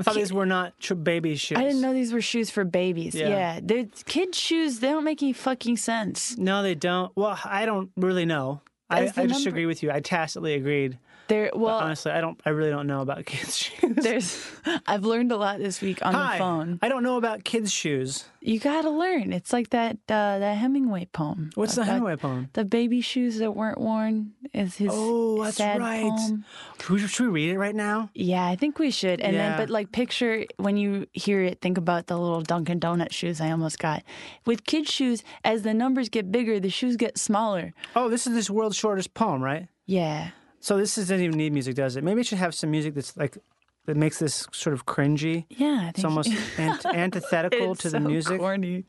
C: I thought these were not tr- baby shoes.
G: I didn't know these were shoes for babies.
C: Yeah.
G: Yeah, they're kids' shoes. They don't make any fucking sense.
C: No, they don't. Well, I don't really know. I,
G: Is the
C: I just
G: number-
C: agree with you. I tacitly agreed.
G: They're well,
C: Honestly, I don't. I really don't know about kids' shoes.
G: there's. I've learned a lot this week on
C: Hi,
G: the phone.
C: I don't know about kids' shoes.
G: You gotta learn. It's like that uh, that Hemingway poem.
C: What's the
G: About
C: Hemingway poem?
G: The baby shoes that weren't worn is his.
C: Oh, that's
G: sad
C: right.
G: Poem.
C: Should we, should we read it right now?
G: Yeah, I think we should. And
C: Yeah.
G: then, but like, picture when you hear it, think about the little Dunkin' Donut shoes I almost got. With kids' shoes, as the numbers get bigger, the shoes get smaller.
C: Oh, this is this world's shortest poem, right?
G: Yeah.
C: So this doesn't even need music, does it? Maybe it should have some music that's like that makes this sort of cringy.
G: Yeah. I think
C: It's almost ant- antithetical
G: It's
C: to the
G: so
C: music.
G: corny.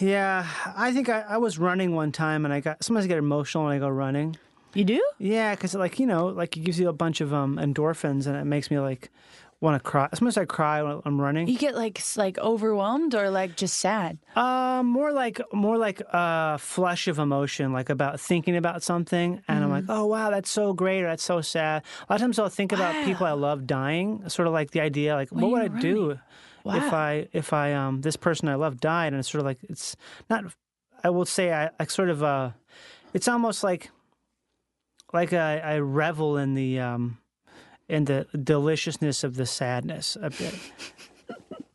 C: Yeah, I think I, I was running one time and I got sometimes I get emotional when I go running.
G: You do?
C: Yeah, because like you know, like it gives you a bunch of um endorphins and it makes me like want to cry. Sometimes I cry when I'm running.
G: You get like s- like overwhelmed or like just sad.
C: Uh, more like more like a flush of emotion, like about thinking about something, and I'm like, oh wow, that's so great, or that's so sad. A lot of times I'll think about people I love dying, sort of like the idea, like what would I
G: you're
C: do if
G: Wow.
C: I if I um this person I love died, and it's sort of like it's not. I will say I, I sort of uh, it's almost like like I, I revel in the um in the deliciousness of the sadness a bit.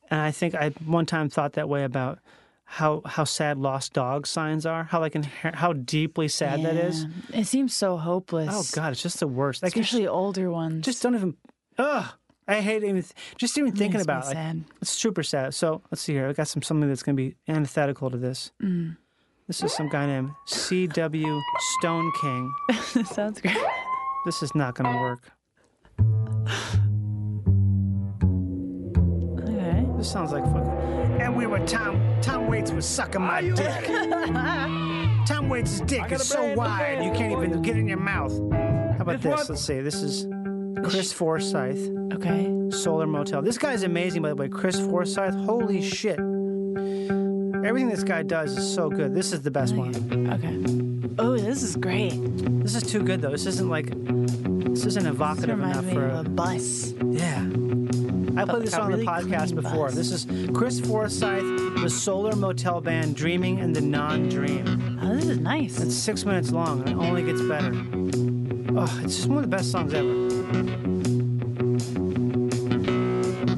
C: And I think I one time thought that way about how how sad lost dog signs are, how like inher- how deeply sad that is.
G: It seems so hopeless.
C: Oh God, it's just the worst. Like
G: Especially older ones.
C: just don't even. Ugh, I hate even th- just even thinking
G: Makes me
C: about. it. Like,
G: sad.
C: It's super sad. So let's see here. I got some something that's going to be antithetical to this. This is some guy named C.W. Stone King.
G: Sounds great.
C: This is not going to work.
G: Okay.
C: This sounds like fucking. And we were Tom. Tom Waits was sucking my dick. Tom Waits' dick is so wide you can't even get in your mouth. How about this? Let's see. This is Chris Forsyth,
G: Okay.
C: Solar Motel. This guy's amazing, by the way. Chris Forsyth. Holy shit. Everything this guy does is so good. This is the best one.
G: Okay. Oh, this is great.
C: This is too good though. This isn't like. This isn't
G: This
C: evocative
G: reminds
C: enough
G: me
C: for.
G: of a bus.
C: Yeah. I played this
G: got
C: on
G: really
C: the podcast
G: clean
C: before.
G: buzz.
C: This is Chris Forsyth, the Solar Motel Band, Dreaming and the Non Dream.
G: Oh, this is nice.
C: It's six minutes long and it only gets better. Oh, it's just one of the best songs ever.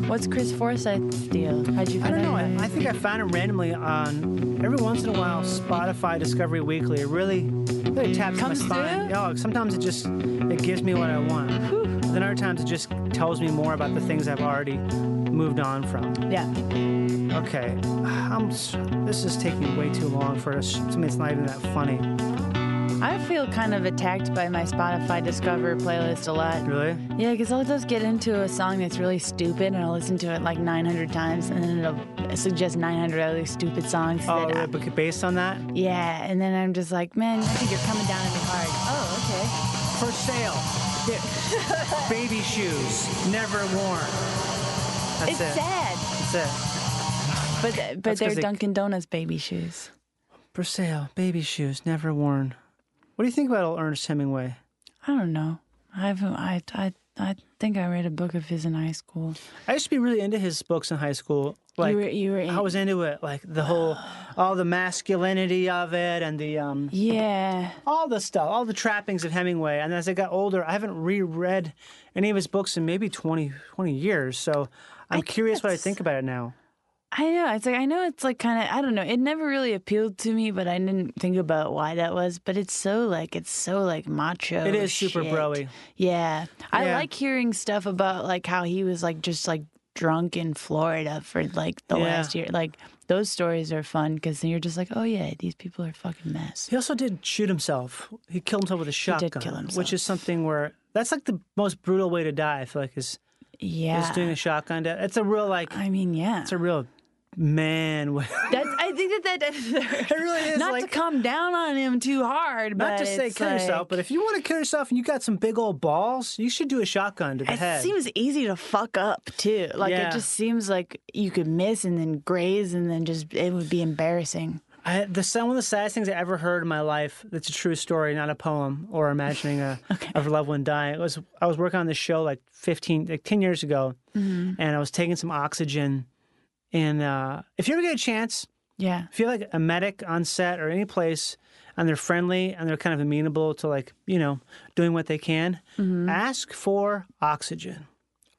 G: What's Chris Forsythe's deal? How'd you
C: I
G: find
C: don't know.
G: out?
C: I,
G: about
C: I
G: it?
C: think I found it randomly on every once in a while Spotify Discovery Weekly. It really, really taps
G: Comes
C: my spine.
G: through?
C: Oh, sometimes it just it gives me what I want. Then other times it just tells me more about the things I've already moved on from.
G: yeah.
C: Okay, I'm. s- This is taking way too long for us. To me, it's not even that funny.
G: I feel kind of attacked by my Spotify Discover playlist a lot.
C: Really?
G: Yeah, because I'll just get into a song that's really stupid and I'll listen to it like 900 times and then it'll suggest 900 other stupid songs.
C: Oh,
G: that I-
C: really? But based on that,
G: yeah, and then I'm just like, man, I think you're coming down on me hard. Oh,
C: for sale, dick, baby shoes, never worn. That's
G: okay. It's
C: it.
G: sad.
C: That's it.
G: But, th-
C: That's
G: but
C: 'cause
G: they're
C: they-
G: Dunkin' Donuts baby shoes.
C: For sale, baby shoes, never worn. What do you think about old Ernest Hemingway?
G: I don't know. I've, I, I, I think I read a book of his in high school.
C: I used to be really into his books in high school. Like
G: were- you were in-
C: I was into it, like the whole, all the masculinity of it, and the um.
G: Yeah.
C: all the stuff, all the trappings of Hemingway. And as I got older, I haven't reread any of his books in maybe 20, 20 years. So I'm
G: think
C: curious what I
G: that's-
C: think about it now.
G: I know. It's like I know it's like kind of I don't know. It never really appealed to me, but I didn't think about why that was. But it's so like it's so like macho.
C: It is super
G: shit.
C: bro-y.
G: Yeah, I
C: Yeah.
G: like hearing stuff about like how he was like just like drunk in Florida for like the
C: Yeah.
G: last year. Like those stories are fun because then you're just like, oh yeah, these people are fucking mess.
C: He also did shoot himself. He killed himself with a
G: did
C: shotgun,
G: kill himself.
C: which is something where that's like the most brutal way to die. I feel like is
G: Yeah.
C: is doing a shotgun death. It's a real like
G: I mean, yeah.
C: it's a real man way.
G: That's, I think that that it
C: really is,
G: not
C: like-
G: to come down on him too hard, but
C: Not to say
G: it's
C: kill yourself,
G: like-
C: but if you want to kill yourself and you got some big old balls, you should do a shotgun to the
G: it
C: head.
G: seems easy to fuck up too. Like
C: Yeah.
G: it just seems like you could miss and then graze and then just it would be embarrassing.
C: I, the some of the saddest things I ever heard in my life. That's a true story, not a poem or imagining a of a loved one dying. It was I was working on this show like fifteen, like ten years ago,
G: Mm-hmm.
C: and I was taking some oxygen. And uh, if you ever get a chance,
G: Yeah.
C: if you're like a medic on set or any place, and they're friendly and they're kind of amenable to like you know doing what they can,
G: Mm-hmm.
C: ask for oxygen.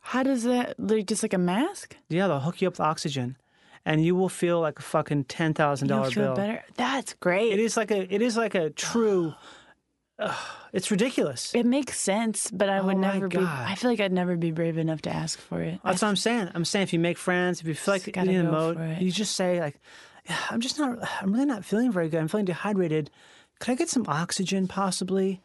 G: How does that like just like a mask?
C: Yeah, they'll hook you up with oxygen, and you will feel like a fucking ten thousand
G: You'll
C: dollar
G: feel
C: bill.
G: better. That's great.
C: It
G: It,
C: is like a it is like a true. Ugh, it's ridiculous.
G: makes sense, but I would
C: Oh my
G: never be
C: God.
G: I feel like I'd never be brave enough to ask for it.
C: That's what I'm saying. I'm saying if you make friends, if you feel like
G: Just
C: you're
G: gotta
C: in the
G: go
C: mode,
G: for it.
C: you just say like, "Yeah, "I'm just not. I'm really not feeling very good. I'm feeling dehydrated. Could I get some oxygen, possibly?"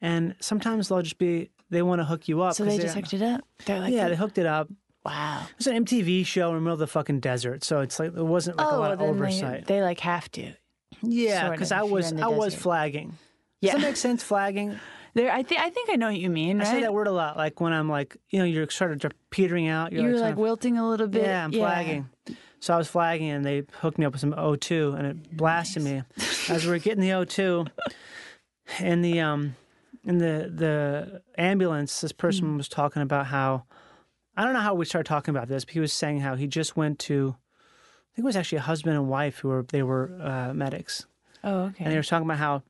C: And sometimes they'll just be they want to hook you up.
G: so
C: 'cause
G: they
C: they're-
G: just hooked it up. They're like,
C: yeah, they hooked it up.
G: wow.
C: It's an MTV show in the middle of the fucking desert, so it's like it wasn't like a
G: oh,
C: lot of
G: then
C: oversight.
G: They, they like have to.
C: yeah,
G: sort
C: because
G: of,
C: I
G: if you're
C: was I
G: in the
C: was
G: desert.
C: flagging.
G: Yeah.
C: Does that make sense? Flagging.
G: There, I think I think I know what you mean.
C: I
G: Right?
C: say that word a lot. Like when I'm like, you know, you're sort of dr- petering out. You're,
G: You're
C: like,
G: like,
C: sort
G: wilting a little
C: of,
G: bit.
C: yeah, I'm flagging. So I was flagging, and they hooked me up with some O2, and it blasted me as we were getting the O2. And the um, in the the ambulance, this person
G: Mm.
C: was talking about how I don't know how we started talking about this, but he was saying how he just went to. I think it was actually a husband and wife who were they were uh, medics,
G: Oh, okay.
C: and they were talking about how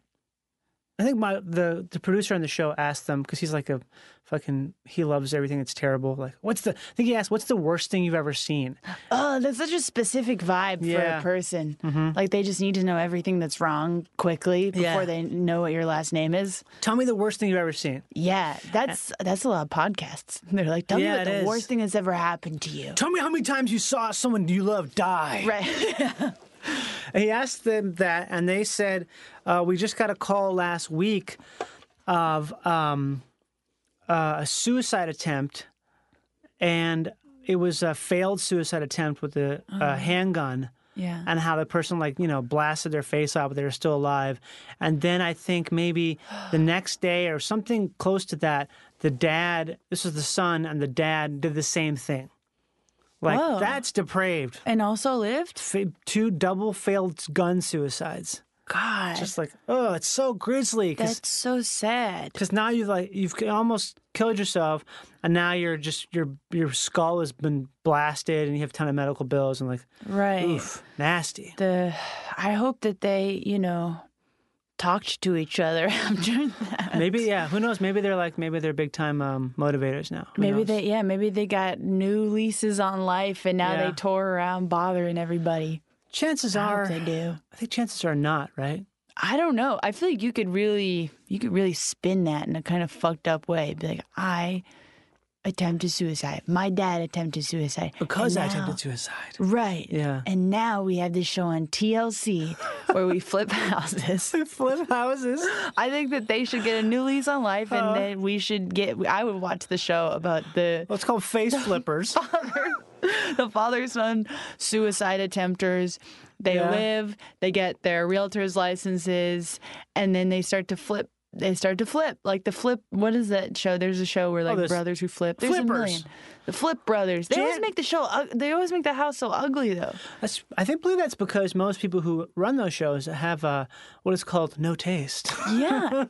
C: I think my the the producer on the show asked them because he's like a fucking he loves everything that's terrible. Like, what's the I think he asked, what's the worst thing you've ever seen?
G: Oh, that's such a specific vibe for
C: Yeah.
G: a person. Like they just need to know everything that's wrong quickly before
C: Yeah.
G: they know what your last name is.
C: Tell me the worst thing you've ever seen.
G: Yeah, that's that's a lot of podcasts. They're like, tell
C: Yeah,
G: me what
C: it
G: the
C: is.
G: worst thing that's ever happened to you.
C: Tell me how many times you saw someone you love die.
G: Right.
C: And he asked them that, and they said, uh, "We just got a call last week of um, uh, a suicide attempt, and it was a failed suicide attempt with a, a handgun."
G: yeah.
C: and how the person like you know blasted their face out, but they were still alive. And then I think maybe the next day or something close to that, the dad, this was the son, and the dad did the same thing. Like
G: Whoa.
C: that's depraved.
G: And also lived?
C: Fa- two double failed gun suicides.
G: God.
C: Just like oh, it's so grisly because
G: that's so sad.
C: now you've like you've almost killed yourself, and now you're just your your skull has been blasted, and you have a ton of medical bills, and like
G: Right.
C: oof, nasty.
G: The I hope that they, you know, talked to each other after that.
C: Maybe yeah. Who knows? Maybe they're like maybe they're big time um, motivators now. Who
G: Maybe
C: knows?
G: they, yeah, maybe they got new leases on life, and now
C: Yeah.
G: they tour around bothering everybody.
C: Chances
G: I
C: are
G: hope they do.
C: I think chances are not right.
G: I don't know. I feel like you could really, you could really spin that in a kind of fucked up way. Be like, I attempted suicide. My dad attempted suicide
C: Because
G: And
C: I
G: now-
C: attempted suicide.
G: Right.
C: Yeah.
G: And now we have this show on TLC where we flip houses.
C: Flip houses.
G: I think that they should get a new lease on life, and then we should get. I would watch the show about the
C: Well, it's called face flippers.
G: the father son suicide attempters. They
C: Yeah.
G: live, they get their realtor's licenses, and then they start to flip. They start to flip. Like the flip, what is that show? Oh, There's a show where like
C: there's
G: brothers who flip. There's a
C: Flippers.
G: million. The Flip Brothers. They always
C: Jan-
G: make the show, ug- they always make the house so ugly though.
C: That's, I think believe that's because most people who run those shows have uh, what is called no taste.
G: Yeah.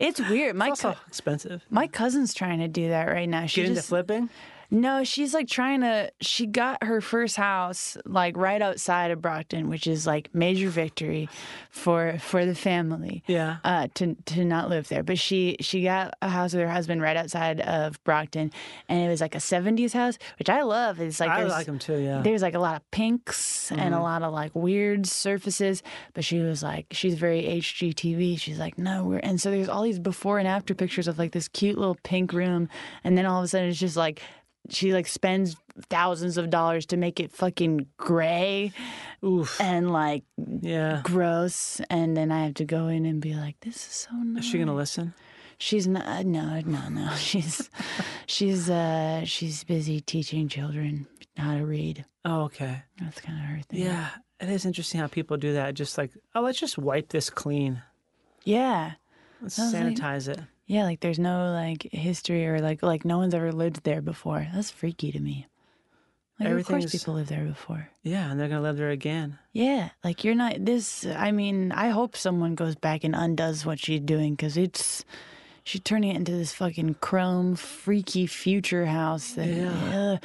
G: it's weird. My,
C: also
G: cou-
C: expensive.
G: my cousin's trying to do that right now. She
C: Get into
G: just-
C: flipping.
G: No, she's like trying to. She got her first house like right outside of Brockton, which is like major victory for for the family.
C: Yeah.
G: Uh, to to not live there, but she she got a house with her husband right outside of Brockton, and it was like a '70s house, which I love. It's like
C: I
G: there's-
C: like 'em too, yeah. Mm-hmm.
G: There's like a lot of pinks and a lot of like weird surfaces, but she was like, she's very HGTV. She's like, no, we're and so there's all these before and after pictures of like this cute little pink room, and then all of a sudden it's just like she like spends thousands of dollars to make it fucking gray
C: Oof.
G: and like
C: Yeah.
G: gross and then I have to go in and be like this is so nice.
C: Is she gonna listen?
G: She's not no no no she's she's uh she's busy teaching children how to read.
C: Oh, okay.
G: That's kind of her thing.
C: Yeah. It is interesting how people do that. Just like, oh, let's just wipe this clean.
G: Yeah.
C: Let's
G: I was like-
C: sanitize it.
G: Yeah, like there's no like history or like like no one's ever lived there before. That's freaky to me. Like of course
C: Everything's-
G: people live there before.
C: Yeah, and they're gonna live there again.
G: Yeah, like you're not this. I mean, I hope someone goes back and undoes what she's doing because it's she's turning it into this fucking chrome freaky future house. That,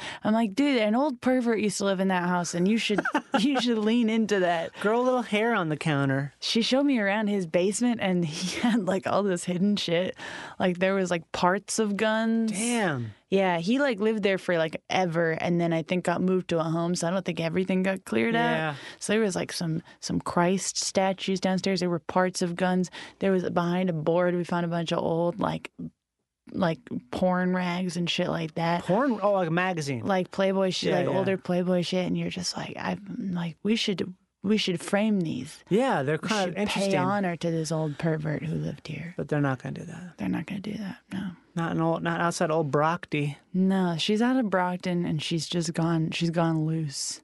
G: Ugh. I'm like, dude, an old pervert used to live in that house, and you should you should lean into that.
C: Grow a little hair on the counter.
G: She showed me around his basement, and he had like all this hidden shit. Like there was like parts of guns.
C: Damn.
G: Yeah, he like lived there for like ever, and then I think got moved to a home. So I don't think everything got cleared
C: Yeah.
G: out. So there was like some some Christ statues downstairs. There were parts of guns. There was behind a board. We found a bunch of old like like porn rags and shit like that.
C: Porn. Oh, like a magazine.
G: Like Playboy shit,
C: Yeah,
G: like
C: yeah.
G: older Playboy shit, and you're just like, I'm like, we should we should frame these.
C: yeah, they're
G: We
C: kind
G: should
C: of
G: pay
C: interesting.
G: honor to this old pervert who lived here.
C: But they're not gonna do that.
G: They're not gonna do that. No.
C: Not an old, not outside old Brockty.
G: No, she's out of Brockton and she's just gone. She's gone loose.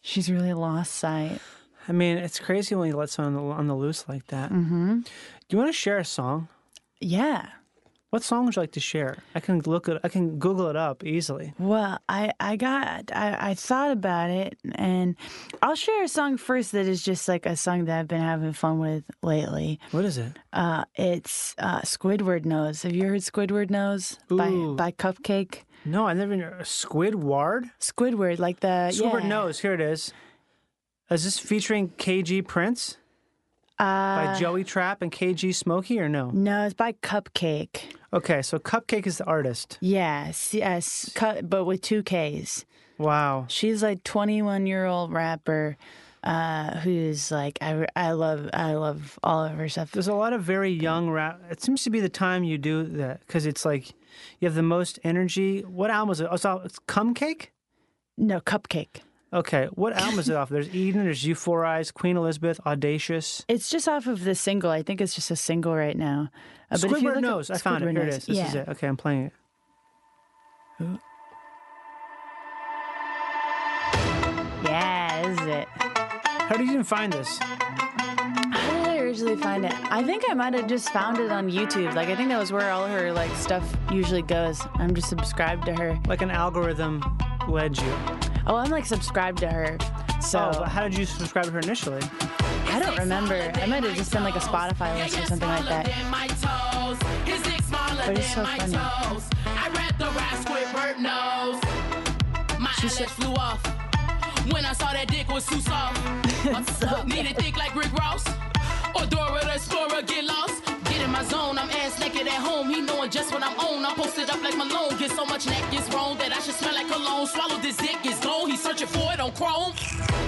G: she's really lost sight.
C: I mean, it's crazy when you let someone on the, on the loose like that. Mm-hmm. Do you want to share a song?
G: Yeah.
C: What song would you like to share? I can look it. I can Google it up easily.
G: Well, I I got I, I thought about it and I'll share a song first that is just like a song that I've been having fun with lately.
C: What is it?
G: Uh, it's uh, Squidward Nose. Have you heard Squidward Nose
C: Ooh.
G: by by Cupcake?
C: No, I never. knew- Squidward.
G: Squidward, like the
C: Squidward
G: Uh, yeah.
C: knows. Here it is. Is this featuring KG Prince
G: Uh,
C: by Joey Trap and KG Smokey or no?
G: no, it's by Cupcake.
C: Okay, so Cupcake is the artist.
G: Yeah, C- uh, s- cu- but with two K's.
C: Wow.
G: She's like 21 year old rapper uh, who's like I, I love I love all of her stuff.
C: There's a lot of very young rap. It seems to be the time you do that because it's like you have the most energy. What album was it? Oh, so it's Cum Cake.
G: No cupcake.
C: Okay, what album is it off? There's Eden, there's Euphorize, Queen Elizabeth, Audacious.
G: It's just off of the single. I think it's just a single right now. Uh, but if you
C: Squidward
G: look up
C: Knows. I found it.
G: Squidward
C: Here it
G: Knows,
C: is. This
G: yeah.
C: is it. Okay, I'm playing it.
G: Yeah, this is it.
C: How did you even find this?
G: How did I originally find it? I think I might have just found it on YouTube. Like I think that was where all her like stuff usually goes. I'm just subscribed to her.
C: Like an algorithm led you.
G: Oh, I'm like subscribed to her. So
C: Oh, but how did you subscribe to her initially?
G: I don't remember. I might have just done like a Spotify list or something like that. But it's so funny.
D: She said, flew off. When I saw that dick was too soft. My fuck needed thick like Rick Ross. Or Dora the Explorer, get lost. Get in my zone, I'm ass naked at home. He knowing just what I'm on. I'm posted up like Malone. Get so much neck is wrong that I should smell like cologne. Swallow this dick, it's gone. He's searching for it on Chrome.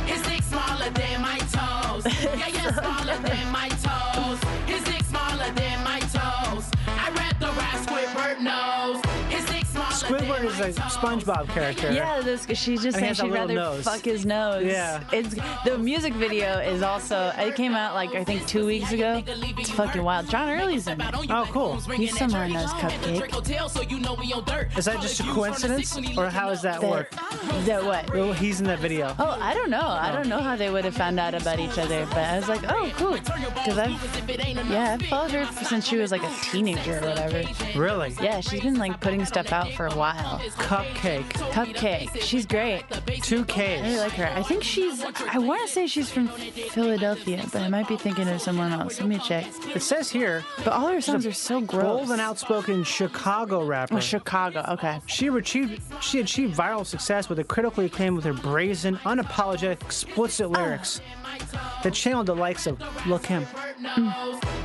D: His dick smaller than my toes. Yeah, yeah, smaller than my toes. His dick smaller than my toes. I read the rap Squidward knows. His dick smaller
C: Squidward
D: than
C: is
D: my
C: a
D: toes.
C: SpongeBob character.
G: Yeah, this she's just
C: And he
G: saying
C: has that
G: she'd
C: little
G: rather
C: nose.
G: fuck his nose.
C: Yeah.
G: It's the music video is also it came out like I think two weeks ago. It's fucking wild. John Early's in it.
C: Oh, cool.
G: He's somewhere in those cupcake.
D: cupcake.
C: Is that just a coincidence? Or how does that
G: That-
C: work?
G: That what?
C: Well, he's in that video.
G: Oh, I don't know. I don't know how they would have found out about each other, but I was like, oh, cool, because I've yeah, I've followed her since she was like a teenager or whatever.
C: Really?
G: Yeah, she's been like putting stuff out for a while.
C: Cupcake.
G: Cupcake, she's great.
C: Two
G: I really
C: Ks.
G: like her. I think she's. I want to say she's from Philadelphia, but I might be thinking of someone else. Let me check.
C: It says here,
G: But all her songs are so gross.
C: bold and outspoken Chicago rapper.
G: Oh, Chicago. Okay.
C: She achieved she achieved viral success with a critically acclaimed with her brazen, unapologetic,
G: Oh.
C: explicit lyrics that channeled the likes of Look Him.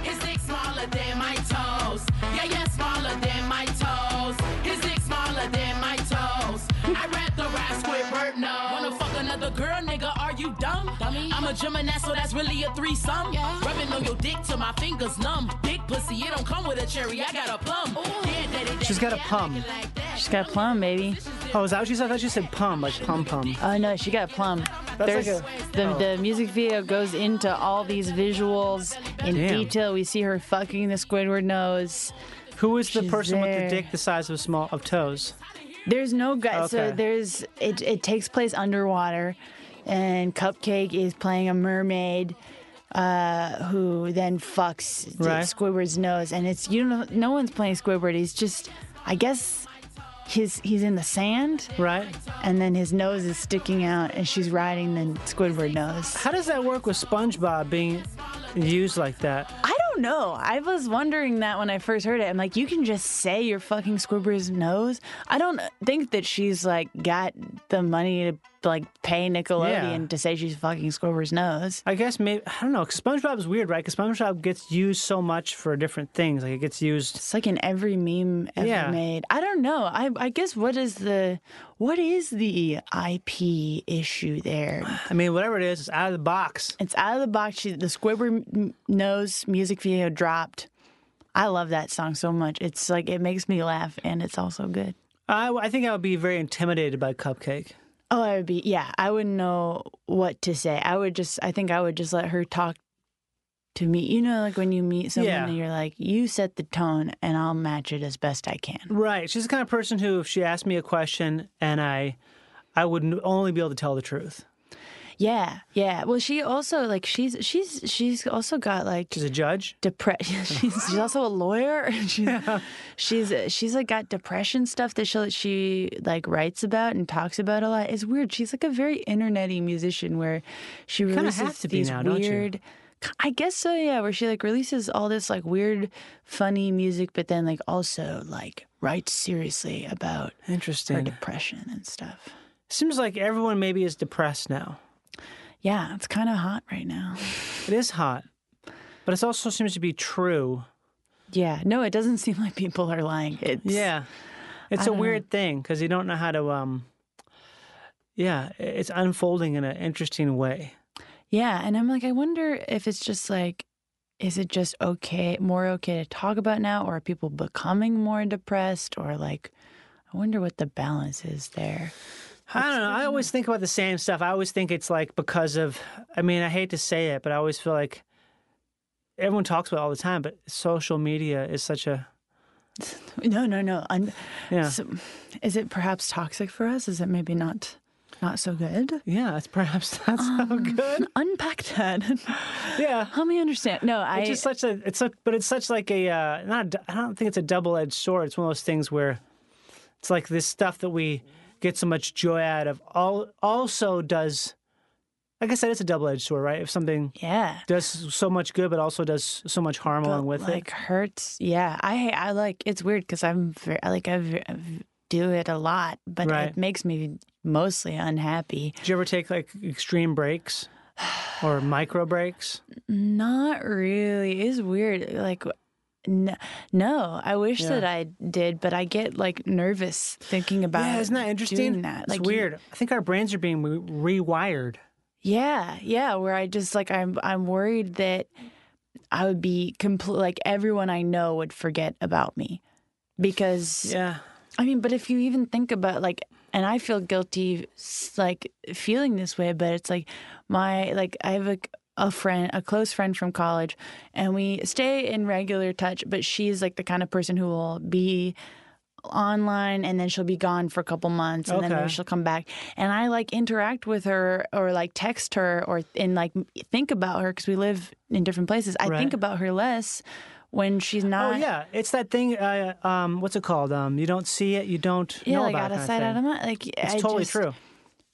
D: His dick smaller than my toes. Yeah, yeah, smaller than my toes. His dick smaller than my toes. I rap the rap Squidward nose. Wanna fuck another girl, nigga? Are you dumb? Dummy. I'm a Gemini, so that's really a threesome. Rubbing on your dick till my fingers numb. Big pussy, it don't come with a cherry. I got a plum. Yeah, daddy,
C: She's
D: daddy,
C: got a
D: yeah, I
C: pum.
D: like it like that.
G: She's got plum, baby.
C: Oh, is that what she said? I thought she said pum, like pum pum.
G: Oh no, she got plum.
C: That's Oh.
G: There's
C: like
G: the the music video goes into all these visuals in
C: Damn.
G: detail. We see her fucking the Squidward nose.
C: Who is the
G: She's
C: person with
G: there.
C: the dick the size of small of toes?
G: There's no guy. So
C: Okay.
G: there's it. It takes place underwater, and Cupcake is playing a mermaid, uh, who then fucks the
C: Right.
G: Squidward's nose, and it's you know no one's playing Squidward. He's just, I guess, his he's in the sand,
C: Right?
G: and then his nose is sticking out, and she's riding the Squidward nose.
C: How does that work with SpongeBob being used like that?
G: I don't know. I was wondering that when I first heard it. I'm like, you can just say your fucking Squidward's nose. I don't think that she's like got the money to like pay Nickelodeon
C: Yeah.
G: to say she's fucking Squidward's nose.
C: I guess maybe I don't know. 'cause SpongeBob's weird, right? Because SpongeBob gets used so much for different things. Like it gets used.
G: It's like in every meme ever
C: Yeah.
G: made. I don't know. I I guess what is the what is the IP issue there?
C: I mean, whatever it is, it's out of the box.
G: It's out of the box. She, the Squidward m- nose music video dropped. I love that song so much. It's like it makes me laugh and it's also good.
C: I, I think I would be very intimidated by Cupcake.
G: Oh, I would be, yeah, I wouldn't know what to say. I would just, I think I would just let her talk to me. You know, like when you meet someone
C: Yeah.
G: and you're like, you set the tone and I'll match it as best I can.
C: Right. She's the kind of person who, if she asked me a question and I, I would n- only be able to tell the truth.
G: Yeah, yeah. Well, she also, like, she's, she's, she's also got like,
C: She's a judge.
G: depression. she's, she's also a lawyer. she's, she's she's like got depression stuff that she she like writes about and talks about a lot. It's weird. She's like a very internety musician where she
C: kinda
G: releases
C: have to be
G: these
C: now, don't you?
G: weird. I guess so. Yeah, where she like releases all this like weird, funny music, but then like also like writes seriously about her
C: Interesting.
G: depression and stuff.
C: Seems like everyone maybe is depressed now.
G: Yeah, it's kind of hot right now.
C: It is hot, but it also seems to be true.
G: Yeah, no, it doesn't seem like people are lying. It's,
C: Yeah, it's a
G: don't know.
C: weird thing because you don't know how to. um Yeah, i- it's unfolding in an interesting way.
G: Yeah, and I'm like, I wonder if it's just like, is it just okay, more okay to talk about now, or are people becoming more depressed, or like, I wonder what the balance is there.
C: I don't know. I always think about the same stuff. I always think it's like because of. I mean, I hate to say it, but I always feel like everyone talks about it all the time. But social media is such a
G: No, no, no. I'm,
C: yeah,
G: so- is it perhaps toxic for us? Is it maybe not, not so good? Um,
C: yeah. It's perhaps not so good.
G: Unpack that.
C: Yeah.
G: Help me understand. No, I.
C: It's just such a it's a but it's such like a uh, not a d- I don't think it's a double edged sword. It's one of those things where it's like this stuff that we get so much joy out of all also does like I said it's a double edged sword, right? If something
G: yeah.
C: does so much good but also does so much harm along
G: but,
C: with
G: like hurts. Yeah, I hate- I like it's weird because I'm ver like I ve- I v- do it a lot, but
C: Right.
G: it makes me mostly unhappy.
C: it. Do you ever take like extreme breaks or micro breaks?
G: Not really. It's weird. Like. n- No, I wish that I did, but I get like nervous thinking about.
C: Yeah, isn't that
G: Doing
C: interesting?
G: that.
C: It's
G: Like, you-
C: weird. I think our brains are being re- rewired.
G: Yeah, yeah. Where I just like I'm I'm worried that I would be complete. Like everyone I know would forget about me because
C: Yeah.
G: I mean, but if you even think about like, and I feel guilty, s- like feeling this way, but it's like my like I have a a friend, a close friend from college, and we stay in regular touch. But she's like the kind of person who will be online and then she'll be gone for a couple months and then
C: Okay.
G: maybe she'll come back and i like interact with her or like text her or and like think about her because we live in different places i think
C: Right.
G: about her less when she's not
C: Oh yeah, it's that thing. Uh, um, what's it called? Um, you don't see it, you don't
G: yeah
C: know
G: like
C: about.
G: out
C: it
G: of
C: kind
G: sight out of
C: thing.
G: mind like
C: It's
G: I
C: totally
G: just-
C: true.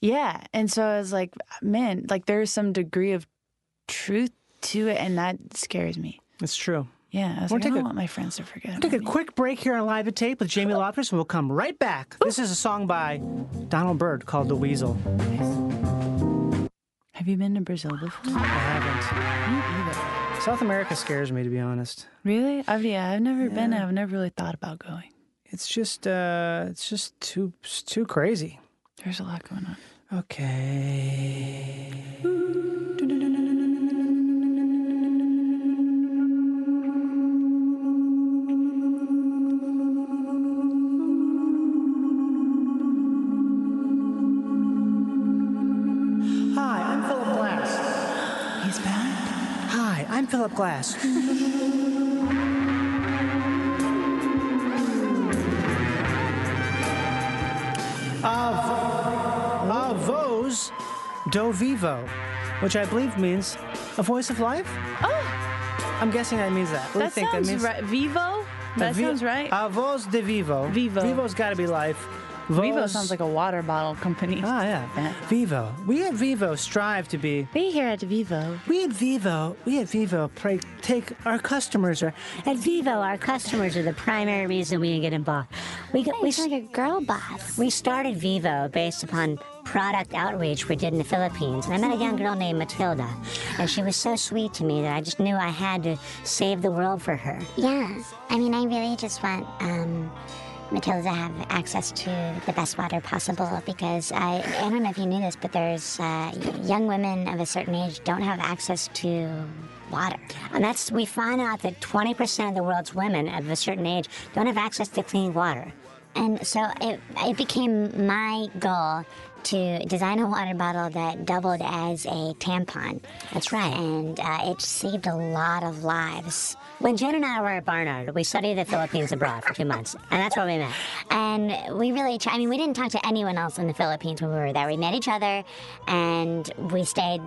G: Yeah. And so I was like, man, like there's some degree of truth to it. And that scares me.
C: It's true. Mm-hmm.
G: Yeah. I was
C: We'll
G: like, I
C: take
G: don't
C: a-
G: want my friends to forget.
C: Take
G: about
C: a
G: me.
C: quick break here on Live at Tape with Jamie Loftus, and we'll come right back. This is a song by Donald Byrd called "The Weasel."
G: Have you been to Brazil before?
C: I haven't. South America scares me, to be honest.
G: Really? I've, yeah. I've never been. I've never really thought about going.
C: It's just, uh, it's just too, it's too crazy.
G: There's a lot going on.
C: Okay. I'm Philip Glass. Av- Avos do Vivo, which I believe means a voice of life. I'm guessing that means that. What do you
G: Oh, That
C: think
G: sounds
C: that means?
G: right. Vivo? That
C: vi-
G: sounds right.
C: A voz de vivo.
G: Vivo.
C: Vivo's got to be life.
G: Vivo
C: Vos-
G: sounds like a water bottle company.
C: Ah, yeah.
G: Yeah.
C: Vivo. We at Vivo strive to be.
G: We here at Vivo.
C: We at Vivo. We at Vivo pray, take our customers. Are,
B: At Vivo, our customers are the primary reason we get involved. We got, we,
I: It's like a girl boss.
B: we started Vivo based upon product outreach we did in the Philippines. And I met a young girl named Matilda, and she was so sweet to me that I just knew I had to save the world for her.
I: Yeah. I mean, I really just want um, Matilda to have access to the best water possible because I, I don't know if you knew this, but there's uh, young women of a certain age don't have access to water.
B: And that's we find out that 20% of the world's women of a certain age don't have access to clean water.
I: And so it, it became my goal to design a water bottle that doubled as a tampon.
B: That's right.
I: And uh, it saved a lot of lives.
B: When Jen and I were at Barnard, we studied the Philippines abroad for two months, and that's where we met.
I: And we really, tr- I mean, we didn't talk to anyone else in the Philippines when we were there. We met each other and we stayed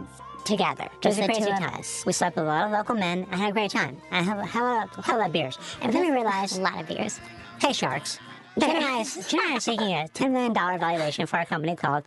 I: together,
B: It was
I: just
B: a
I: the
B: crazy
I: two of
B: time.
I: us.
B: We slept with a lot of local men. I had a great time. I had hella, hella beers. And then we
I: a
B: realized,
I: lot of beers.
B: hey, sharks, Jen and I, Jen and I are seeking a $10 million valuation for our company called,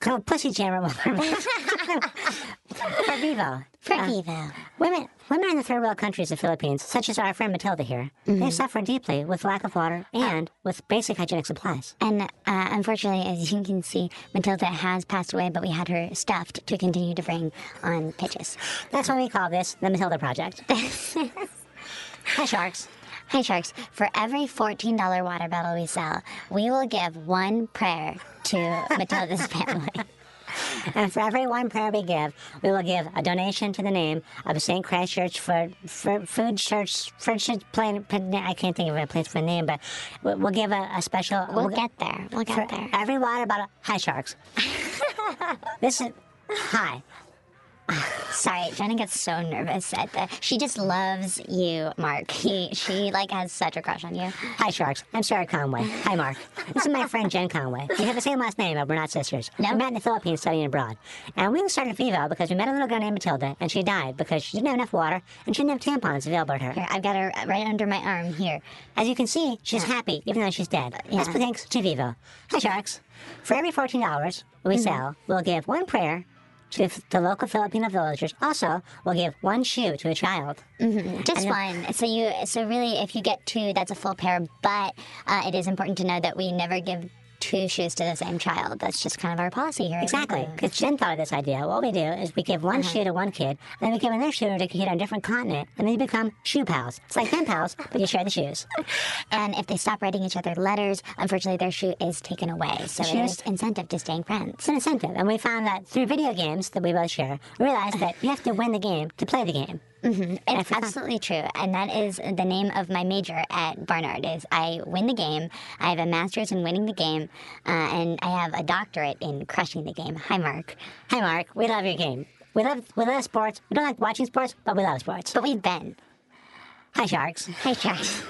B: called Pussy Jammer Women. for Vivo.
I: For
B: Uh,
I: Vivo.
B: Women, women in the third world countries, the Philippines, such as our friend Matilda here,
I: Mm-hmm.
B: they suffer deeply with lack of water and with basic hygienic supplies.
I: Uh. And uh, unfortunately, as you can see, Matilda has passed away, but we had her stuffed to continue to bring on pitches.
B: That's why we call this the Matilda Project. Hi, sharks.
I: Hi, Sharks. For every $14 water bottle we sell, we will give one prayer to Matilda's family.
B: And for every one prayer we give, we will give a donation to the name of St. Christ Church for, for Food Church. For, plan, I can't think of a place for a name, but we- we'll give a, a special.
I: We'll get there. We'll
B: for
I: get there.
B: every water bottle. Hi, sharks. this is. Hi.
I: Sorry, Jenna gets so nervous at the. She just loves you, Mark. He, she like has such a crush on you.
B: Hi, Sharks. I'm Sarah Conway. Hi, Mark. This is my friend Jen Conway. We have the same last name, but we're not sisters. We met in the Philippines studying abroad. And we started Vivo because we met a little girl named Matilda, and she died because she didn't have enough water and she didn't have tampons available to her.
I: Here, I've got her right under my arm here.
B: As you can see, she's happy, even though she's dead. That's
I: Yeah.
B: thanks to Vivo. Hi, Sharks. For every $14 we sell, we'll give one prayer to f- the local Filipino villagers. Also, we'll give one shoe to a child.
I: Mm-hmm. Just one. So you. So really, if you get two, that's a full pair. But uh, it is important to know that we never give two shoes to the same child. That's just kind of our policy here.
B: Exactly, because Jen thought of this idea. What we do is we give one
I: Uh-huh.
B: shoe to one kid, and then we give another shoe to a kid on a different continent, and then you become shoe pals. It's like pen pals, but you share the shoes.
I: And Um, if they stop writing each other letters, unfortunately, their shoe is taken away. So
B: Shoes?
I: there's incentive to staying friends.
B: It's an incentive, and we found that through video games that we both share, we realized that you have to win the game to play the game.
I: Mm-hmm. It's absolutely true, and that is the name of my major at Barnard. Is I win the game. I have a master's in winning the game, uh, and I have a doctorate in crushing the game. Hi, Mark.
B: Hi, Mark. We love your game. We love we love sports. We don't like watching sports, but we love sports.
I: But we've been.
B: Hi, sharks.
I: Hi, sharks.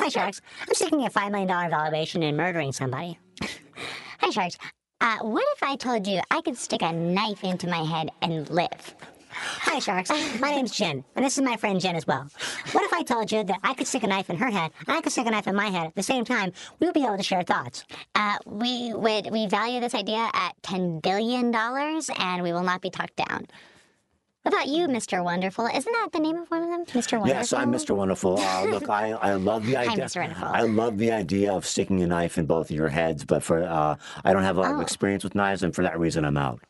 B: Hi, sharks. I'm seeking a five million dollar valuation and murdering somebody.
I: Hi, sharks. Uh, what if I told you I could stick a knife into my head and live?
B: Hi, Sharks. My name's Jen, and this is my friend Jen as well. What if I told you that I could stick a knife in her head and I could stick a knife in my head at the same time? We would be able to share thoughts.
I: Uh, we would. We value this idea at ten billion dollars, and we will not be talked down. What about you, Mr. Wonderful? Isn't that the name of one of them, Mr. Wonderful?
J: Yes, I'm Mr. Wonderful. Uh, look, I, I love the idea.
I: Mr. Wonderful.
J: I love the idea of sticking a knife in both of your heads, but for uh, I don't have a lot of experience with knives, and for that reason, I'm out.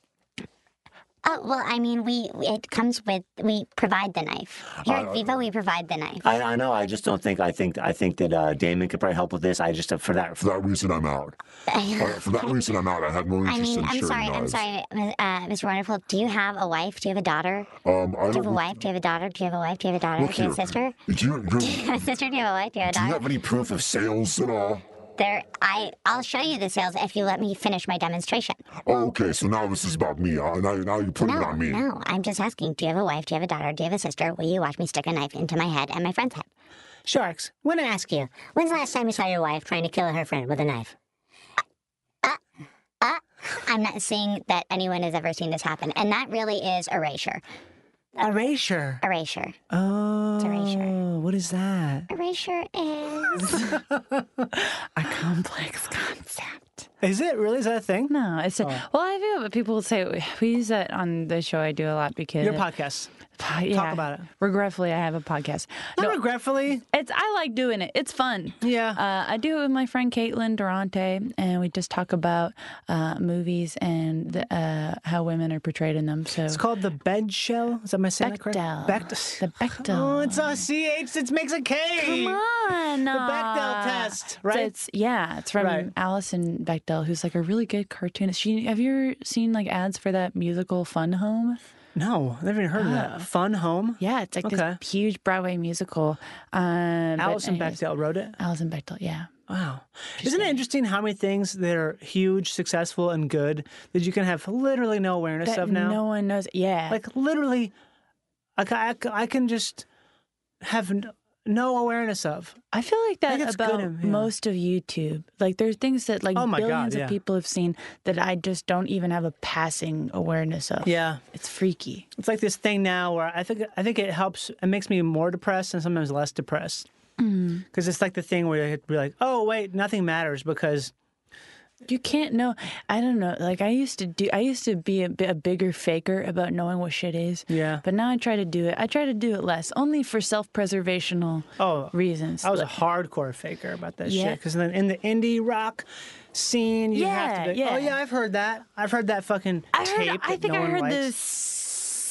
I: Oh well, I mean, we it comes with we provide the knife here at Viva. We provide the knife.
J: I, I know. I just don't think. I think. I think that uh, Damon could probably help with this. I just uh, for that.
F: For that reason, I'm out. Uh, for that reason, I'm out. I have no
I: I
F: interest
I: mean,
F: in
I: I'm
F: sharing
I: sorry, I'm
F: knives.
I: sorry, Ms- uh, Mr. Wonderful. Do you have a wife? Do you have a daughter?
F: Um, I
I: Do you have a
F: don't.
I: wife? Do you have a daughter? Do you have a wife? Do you have a daughter?
F: Look
I: Do you
F: here.
I: have a sister?
F: Do you, do, you-
I: Do you have a sister? Do you have a wife? Do you have a
F: do you
I: daughter?
F: have any proof of sales at all?
I: There, I I'll show you the sales if you let me finish my demonstration.
F: Oh, okay, so now this is about me. Uh, now, now you put it on me.
I: No, I'm just asking. Do you have a wife? Do you have a daughter? Do you have a sister? Will you watch me stick a knife into my head and my friend's head?
B: Sharks, want to ask you, when's the last time you saw your wife trying to kill her friend with a knife? Uh,
I: I'm not seeing that anyone has ever seen this happen, and that really is erasure.
C: Erasure.
I: Erasure.
C: Oh. What is that?
I: Erasure is
G: a complex concept.
C: Is it really? Is that a thing?
G: No, it's
C: Oh.
G: a, well. I feel, but people say we, we use that on the show I do a lot because
C: Your podcast.
G: Po- yeah.
C: about it.
G: Regretfully, I have a podcast.
C: Not regretfully.
G: It's I like doing it. It's fun.
C: Yeah.
G: Uh, I do it with my friend Caitlin Durante, and we just talk about uh, movies and the, uh, how women are portrayed in them. So
C: It's called the bed shell. Is that my saying that correct?
G: Bechdel.
C: Bechdel.
G: the Bechdel.
C: Oh, it's a CH that makes a K.
G: Come on.
C: The Bechdel
G: uh,
C: test, right?
G: It's yeah, it's from
C: Right.
G: Alison Bechdel, who's like a really good cartoonist. She have you ever seen like ads for that musical Fun Home?
C: no, I've never even heard of that. Fun Home?
G: Oh. Yeah, it's like
C: Okay.
G: this huge Broadway musical. Um, but
C: Alison
G: anyways,
C: Bechdel wrote it.
G: Alison Bechdel, yeah.
C: Wow. Isn't it interesting how many things that are huge, successful, and good that you can have literally no awareness
G: That
C: of now?
G: no one knows. Yeah,
C: Like, literally, like, I, I can just have n- no awareness of.
G: I feel like that
C: think it's good
G: about
C: of- yeah.
G: most of YouTube. Like there's things that like
C: Oh my God,
G: billions
C: yeah.
G: of people have seen that I just don't even have a passing awareness of.
C: Yeah.
G: It's freaky.
C: It's like this thing now where I think I think it helps. It makes me more depressed and sometimes less depressed
G: Mm.
C: because it's like the thing where you have to be like, oh wait, nothing matters because
G: You can't know. I don't know. Like I used to do. I used to be a, bi- a bigger faker about knowing what shit is.
C: Yeah.
G: But now I try to do it. I try to do it less, only for self-preservational
C: oh,
G: reasons.
C: I was a
G: Like-
C: hardcore faker about that
G: Yeah.
C: shit. Because then in the indie rock scene, you have to be,
G: Yeah,
C: oh
G: yeah.
C: yeah, I've heard that. I've heard that fucking
G: I
C: tape.
G: heard. I
C: that
G: think
C: no
G: I
C: one
G: heard
C: likes.
G: the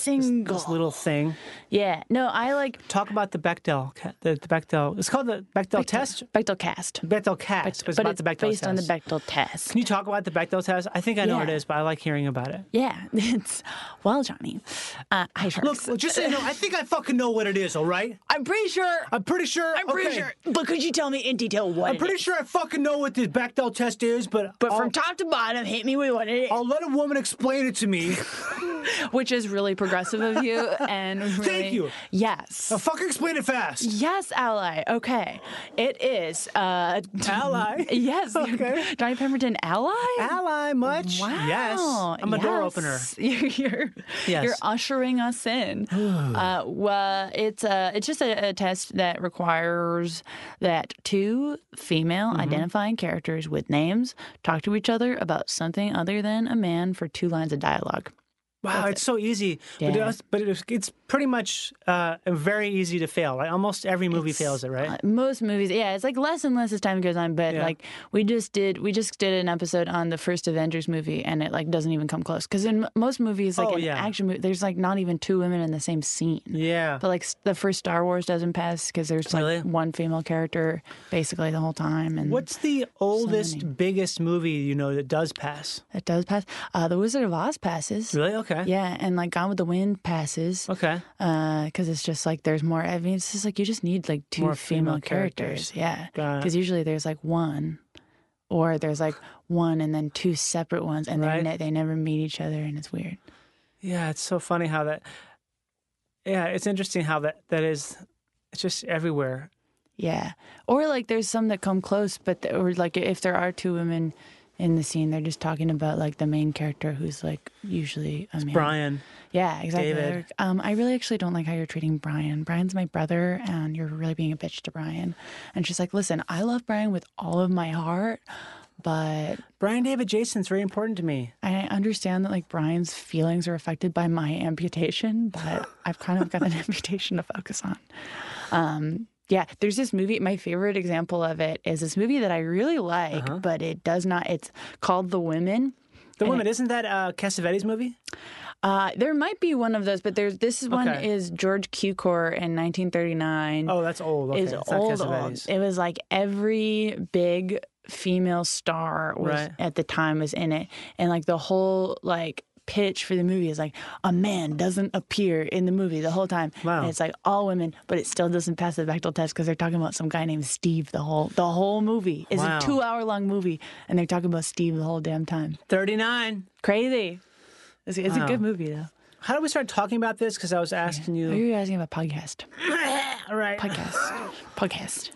G: single.
C: This little thing.
G: yeah. No, I like
C: Talk about the Bechdel. ca- The, the Bechdel. It's called the Bechdel, test.
G: Bechdel cast.
C: Bechdel cast.
G: but
C: but it's
G: it's
C: about the Bechdel
G: based
C: test.
G: on the Bechdel test.
C: Can you talk about the Bechdel test? I think I know what it
G: Yeah.
C: is, but I like hearing about it.
G: Yeah, it's well, Johnny. Uh, hi,
C: Look,
G: sharks.
C: well, just so you know, I think I fucking know what it is, all right?
G: I'm pretty sure.
C: I'm pretty sure.
G: I'm pretty
C: okay.
G: sure. But could you tell me in detail what?
C: I'm
G: it
C: pretty
G: is?
C: sure I fucking know what this Bechdel test is, but
G: But
C: I'll,
G: from top to bottom, hit me with what it is.
C: I'll let a woman explain it to me.
G: Which is really progressive of you, and really,
C: you.
G: Yes.
C: Now fucking explain it fast.
G: Yes, ally. Okay, it is. Uh,
C: Ally?
G: Yes.
C: Okay.
G: Johnny Pemberton, ally.
C: Ally much?
G: Wow.
C: Yes. I'm a door opener.
G: yes. You're you're,
C: Yes.
G: you're ushering us in. uh, well, it's a, it's just a, a test that requires that two female
C: Mm-hmm.
G: identifying characters with names talk to each other about something other than a man for two lines of dialogue.
C: Wow, it's so easy. But,
G: Yeah.
C: it's, but it's, it's pretty much uh, very easy to fail. Like almost every movie fails it, right?
G: Uh, most movies, yeah, it's like less and less as time goes on. But
C: Yeah.
G: like we just did, we just did an episode on the first Avengers movie, and it like doesn't even come close. Because in m- most movies, like
C: Oh,
G: an
C: yeah.
G: action movie, there's like not even two women in the same scene.
C: yeah.
G: But like s- the first Star Wars doesn't pass because there's like
C: Really?
G: one female character basically the whole time, and
C: What's the oldest, biggest movie you know that does pass?
G: that does pass. Uh, the Wizard of Oz passes.
C: Really? Okay.
G: Yeah, and like Gone with the Wind passes.
C: Okay.
G: because it's just like there's more. I mean, it's just like you just need like two
C: More female
G: female,
C: characters.
G: characters. Yeah,
C: Got it.
G: because usually there's like one, or there's like one and then two separate ones, and
C: Right.
G: they ne- they never meet each other, and it's weird.
C: Yeah, it's so funny how that. Yeah, it's interesting how that that is. It's just everywhere.
G: Yeah, or like there's some that come close, but th- or like if there are two women in the scene, they're just talking about like the main character who's like usually a man.
C: Brian,
G: Yeah, exactly.
C: David.
G: They're- Um, I really actually don't like how you're treating Brian. Brian's my brother, and you're really being a bitch to Brian. And she's like, listen, I love Brian with all of my heart, but
C: Brian David Jason's very important to me.
G: I understand that like Brian's feelings are affected by my amputation, but I've kind of got an amputation to focus on. Um, yeah, there's this movie. My favorite example of it is this movie that I really like,
C: Uh-huh.
G: but it does not. It's called The Women.
C: The woman isn't that uh, Cassavetes movie?
G: Uh, there might be one of those, but there's this one
C: Okay.
G: is George Cukor in 1939.
C: Oh, that's old. Okay.
G: is
C: it's not
G: old, old.
C: Cassavetes.
G: It was like every big female star was
C: Right.
G: at the time was in it, and like the whole like pitch for the movie is like a man doesn't appear in the movie the whole time. Wow. And it's like all women, but it still doesn't pass the Bechdel test because they're talking about some guy named Steve the whole the whole movie. It's
C: Wow.
G: a two hour long movie and they're talking about Steve the whole damn time.
C: Thirty nine.
G: Crazy. It's, it's
C: Wow.
G: a good movie though.
C: How do we start talking about this? Because I was asking
G: Are
C: you.
G: you asking about podcast?
C: All right.
G: Podcast. Podcast.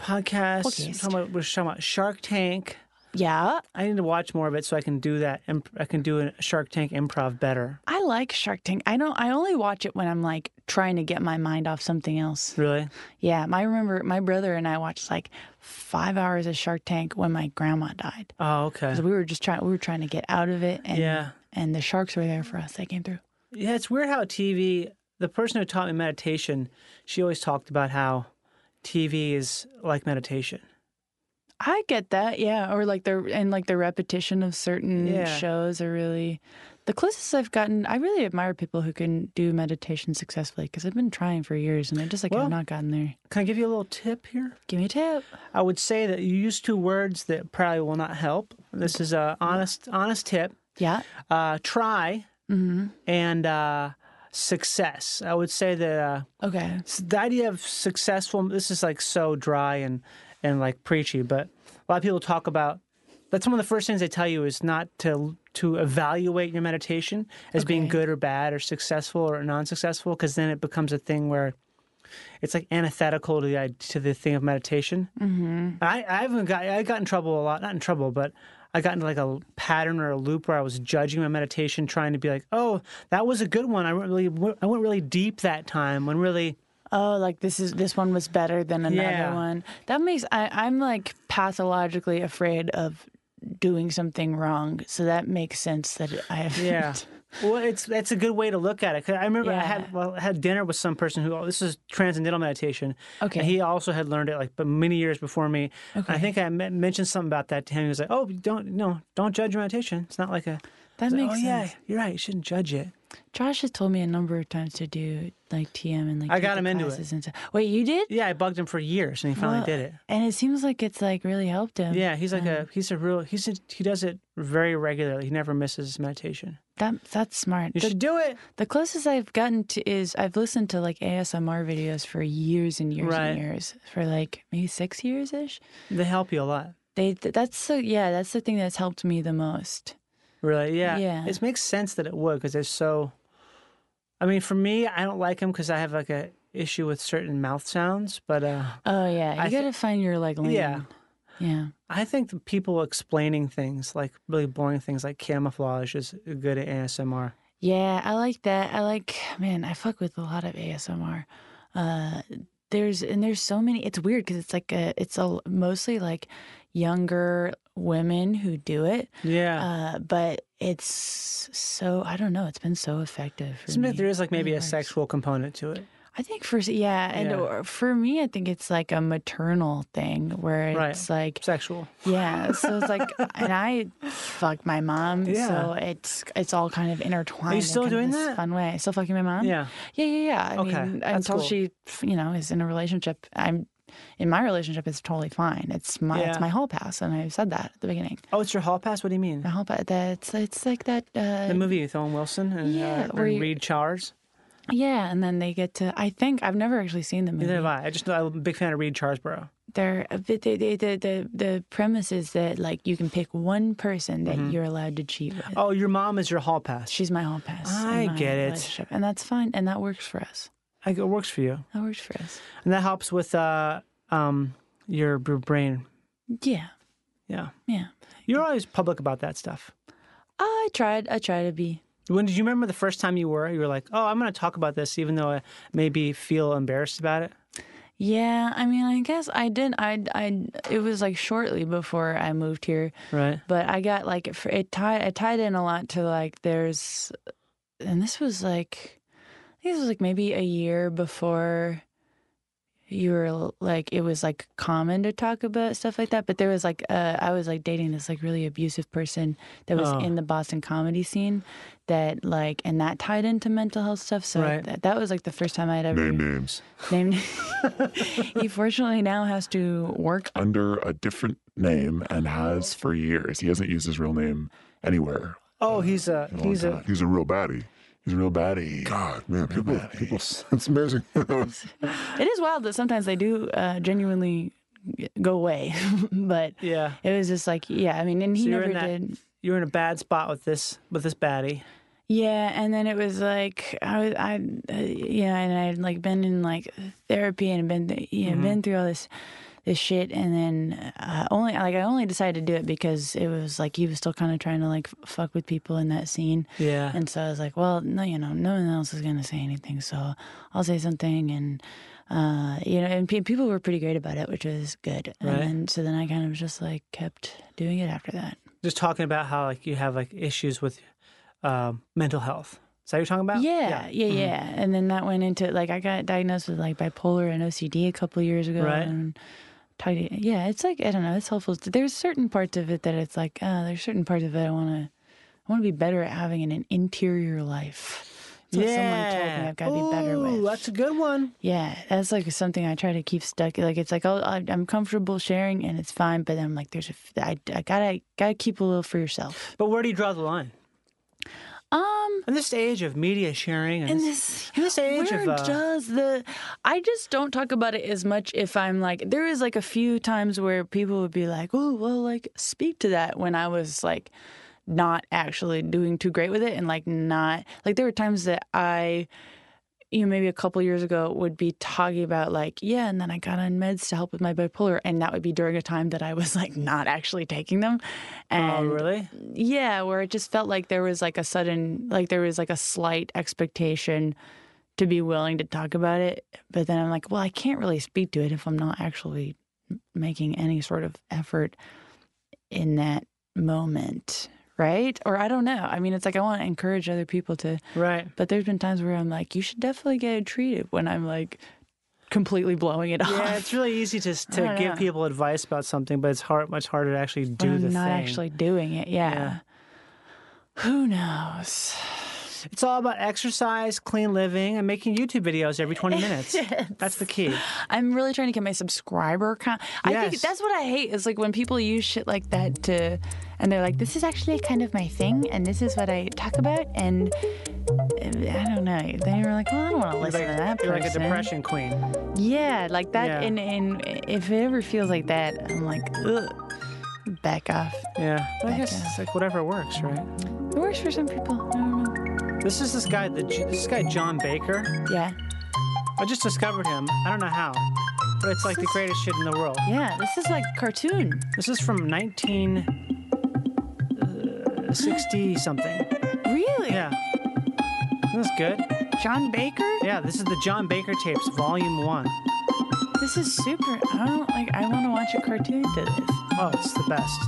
C: Podcast.
G: Podcast.
C: Talking about- we're talking about Shark Tank.
G: Yeah.
C: I need to watch more of it so I can do that. imp- I can do a Shark Tank improv better.
G: I like Shark Tank. I don't. I only watch it when I'm like trying to get my mind off something else.
C: Really?
G: Yeah, I remember my brother and I watched like five hours of Shark Tank when my grandma died.
C: Oh, okay.
G: 'Cause we were just trying. We were trying to get out of it. And,
C: Yeah.
G: And the sharks were there for us. They came through.
C: Yeah, it's weird how TV. The person who taught me meditation, she always talked about how TV is like meditation.
G: I get that. Yeah. Or like the and like the repetition of certain
C: Yeah.
G: shows are really. The closest I've gotten, I really admire people who can do meditation successfully because I've been trying for years and I just like
C: Well-
G: have not gotten there.
C: Can I give you a little tip here?
G: Give me a tip.
C: I would say that you use two words that probably will not help. This is a honest, honest tip.
G: Yeah.
C: Uh, try and uh, success. I would say that uh,
G: Okay.
C: s- the idea of successful. This is like so dry and and like preachy, but a lot of people talk about. That's one of the first things they tell you is not to to evaluate your meditation as being
G: Okay.
C: good or bad or successful or non-successful, because then it becomes a thing where it's like antithetical to the id- to the thing of meditation. Mm-hmm. I I haven't got I got in trouble a lot, not in trouble, but I got into like a pattern or a loop where I was judging my meditation, trying to be like, oh, that was a good one. I went really I went really deep that time. When really,
G: oh like this is this one was better than another
C: Yeah.
G: one that makes I, i'm like pathologically afraid of doing something wrong so that makes sense that i have
C: yeah. Well, it's that's a good way to look at it. 'Cause I remember I
G: Yeah.
C: had well, I had dinner with some person who oh, this is transcendental meditation.
G: Okay.
C: and he also had learned it like but many years before me. And I
G: Okay.
C: think I me- mentioned something about that to him. He was like, "Oh, don't no, don't judge your meditation. It's not like a
G: that
C: I was
G: makes
C: like, oh,
G: sense
C: yeah, you're right. You shouldn't judge it.
G: josh has told me a number of times to do like tm and like
C: I got
G: take the
C: him into it.
G: classes and stuff. wait you did
C: Yeah, I bugged him for years, and he finally
G: Well,
C: did it.
G: and it seems like it's like really helped him
C: Yeah, he's like a he's a real he's a, he does it very regularly. He never misses his meditation.
G: that that's smart
C: You
G: The-
C: should do it.
G: The closest I've gotten to is I've listened to like ASMR videos for years and years
C: Right.
G: and years for like maybe six years ish.
C: They help you a lot.
G: They th- that's so yeah that's the thing that's helped me the most.
C: Really? Yeah.
G: Yeah.
C: It makes sense that it would because they're so. I mean, for me, I don't like him because I have like a issue with certain mouth sounds, but uh,
G: Oh yeah, you
C: I thi-
G: gotta find your like lane.
C: yeah,
G: yeah.
C: I think the people explaining things like really boring things like camouflage is good at ASMR.
G: Yeah, I like that. I like man, I fuck with a lot of ASMR. Uh, there's and there's so many. It's weird because it's like a it's a mostly like younger women who do it.
C: Yeah.
G: Uh, but it's so I don't know. It's been so effective for
C: Seems
G: me.
C: like there is like
G: It really
C: maybe a
G: works.
C: sexual component to it.
G: I think for yeah, and
C: Yeah.
G: Or for me, I think it's like a maternal thing where
C: Right.
G: it's like
C: Sexual.
G: yeah. So it's like, and I fuck my mom,
C: Yeah.
G: so it's it's all kind of intertwined. in
C: still
G: kind of
C: doing
G: this
C: that?
G: Fun way, still fucking my mom.
C: Yeah.
G: yeah, yeah. yeah. I
C: Okay,
G: mean,
C: that's
G: until
C: cool.
G: she, you know, is in a relationship, I'm. In my relationship, it's totally fine. It's my
C: Yeah.
G: it's my hall pass, and I said that at the beginning.
C: Oh, it's your hall pass. What do you mean?
G: My hall pass. That's it's like that. Uh,
C: The movie with Owen Wilson and,
G: Yeah,
C: uh,
G: where
C: and
G: you-
C: Reed Charles.
G: yeah, and then they get to. I think I've never actually seen the movie.
C: Neither have I. I just I'm a big fan of Reed Charlesborough.
G: they're the the the the, the premise is that like you can pick one person that
C: Mm-hmm.
G: you're allowed to cheat with.
C: Oh, your mom is your hall pass.
G: She's my hall pass. in
C: I
G: my
C: get it.
G: relationship, And that's fine. And that works for us.
C: I, it works for you,
G: That works for us.
C: and that helps with uh, um, your, your brain.
G: Yeah.
C: Yeah,
G: Yeah.
C: you're always public about that stuff.
G: I tried. I try to be.
C: When did you remember the first time you were? You were like, "Oh, I'm going to talk about this, even though I maybe feel embarrassed about it."
G: Yeah. I mean, I guess I did. I, I, it was like shortly before I moved here.
C: Right.
G: but I got like it, it tied I tied in a lot to like there's and this was like I think this was like maybe a year before you were like it was like common to talk about stuff like that but there was like uh, I was like dating this like really abusive person that was
C: Oh.
G: in the Boston comedy scene that like and that tied into mental health stuff so
C: Right.
G: that, that was like the first time I'd ever
F: Name names.
G: named he fortunately now has to work
K: Under a different name and has for years. He hasn't used his real name anywhere.
C: Oh, he's a he's a
F: He's a real baddie. He's a real baddie. God, man, people, people, it's amazing.
G: It is wild that sometimes they do uh, genuinely go away, but
C: yeah,
G: it was just like yeah. I mean, and he
C: So you're
G: never
C: in that-
G: did.
C: You're in a bad spot with this with this baddie.
G: Yeah, and then it was like I was I uh, yeah, and I had like been in like therapy and been th- yeah
C: Mm-hmm.
G: been through all this this shit, and then uh, only like I only decided to do it because it was like he was still kind of trying to like f- fuck with people in that scene.
C: Yeah.
G: and so I was like, well, no, you know, no one else is gonna say anything, so I'll say something, and uh, you know, and pe people were pretty great about it, which was good.
C: Right.
G: And then, so then I kind of just like kept doing it after that.
C: Just talking about how like you have like issues with um, mental health. Is that what you're talking about?
G: Yeah, yeah, yeah.
C: Mm-hmm.
G: And then that went into like I got diagnosed with like bipolar and OCD a couple years ago.
C: Right.
G: And talked to- yeah, it's like I don't know. It's helpful. There's certain parts of it that it's like uh, there's certain parts of it I want to I want to be better at having an, interior life. That's what someone told me
C: Yeah.
G: I've got to be better with.
C: That's a good one.
G: Yeah, that's like something I try to keep stuck. Like it's like oh, I- I'm comfortable sharing and it's fine, but I'm like there's a f- I, I gotta gotta keep a little for yourself.
C: But where do you draw the line?
G: Um,
C: in this age of media sharing, and
G: in
C: this,
G: this
C: in this age
G: where
C: of uh,
G: does the I just don't talk about it as much if I'm like there is like a few times where people would be like, "Oh, well, like speak to that" when I was like not actually doing too great with it and like not like there were times that I you know, maybe a couple years ago would be talking about like, yeah, and then I got on meds to help with my bipolar, and that would be during a time that I was like not actually taking them. And
C: oh really?
G: yeah, where it just felt like there was like a sudden, like there was like a slight expectation to be willing to talk about it. But then I'm like, well, I can't really speak to it if I'm not actually m- making any sort of effort in that moment. Right? Or I don't know. I mean, it's like I want to encourage other people to,
C: Right.
G: but there's been times where I'm like, you should definitely get it treated when I'm like completely blowing it off.
C: Yeah, it's really easy to
G: I
C: to
G: don't
C: give
G: know.
C: people advice about something, but it's hard, much harder to actually do
G: when I'm
C: the
G: not
C: thing.
G: actually doing it. yeah. Who knows?
C: It's all about exercise, clean living, and making YouTube videos every 20 minutes. That's the key.
G: I'm really trying to get my subscriber count. I
C: Yes.
G: think that's what I hate is like when people use shit like that to, and they're like, this is actually kind of my thing, and this is what I talk about, and uh, I don't know. Then you're like, well, I don't want to
C: You're
G: listen
C: like,
G: to that
C: you're like a
G: person.
C: depression queen.
G: Yeah, like that.
C: Yeah.
G: And and if it ever feels like that, I'm like, ugh, back off.
C: Yeah. But I
G: Back
C: guess it's like whatever works, right?
G: It works for some people. I don't know.
C: This is this guy, the, this guy John Baker.
G: Yeah.
C: I just discovered him. I don't know how, but it's like the greatest shit in the world.
G: Yeah, this is like cartoon.
C: This is from 1960 something.
G: Really?
C: Yeah. That's good.
G: John Baker?
C: Yeah, this is the John Baker tapes, volume one.
G: This is super. I don't like. I want to watch a cartoon to this.
C: Oh, it's the best.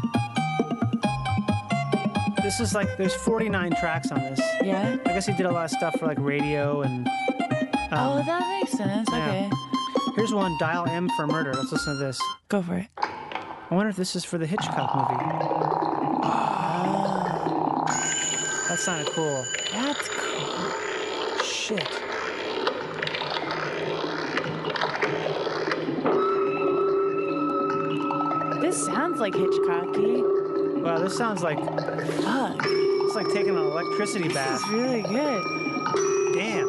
C: This is like there's 49 tracks on this.
G: Yeah.
C: I guess he did a lot of stuff for like radio and
G: oh, that makes sense.
C: yeah.
G: Okay.
C: here's one Dial M for Murder. Let's listen to this.
G: Go for it.
C: I wonder if this is for the Hitchcock movie. Ah. That sounded cool.
G: That's cool.
C: Shit.
G: This sounds like Hitchcocky.
C: Wow, this sounds like
G: Fuck.
C: it's like taking an electricity
G: This is
C: bath.
G: really good.
C: Damn.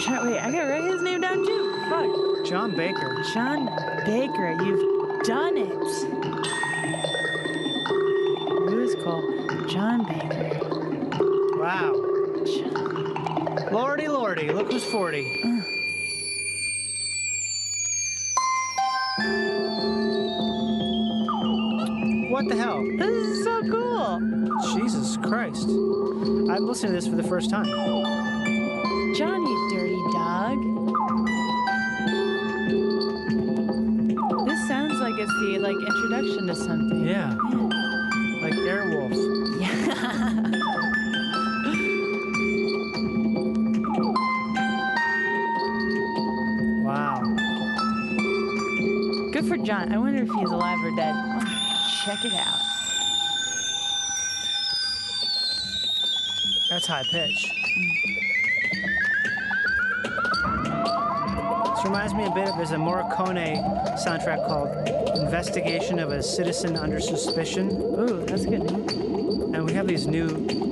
G: John, wait, I gotta write his name down too. Fuck.
C: John Baker.
G: John Baker, you've done it. It was cool. John Baker.
C: Wow.
G: John-
C: Lordy, lordy, look who's 40. What the hell?
G: This is so cool.
C: Jesus Christ. I'm listening to this for the first time.
G: John, you dirty dog. This sounds like it's the like introduction to something.
C: Yeah. Like Airwolf. Wow.
G: Good for John. I wonder if he's alive or dead. Check it out.
C: That's high pitch. This reminds me a bit of there's a Morricone soundtrack called Investigation of a Citizen Under Suspicion.
G: Ooh, that's a good name.
C: And and we have these new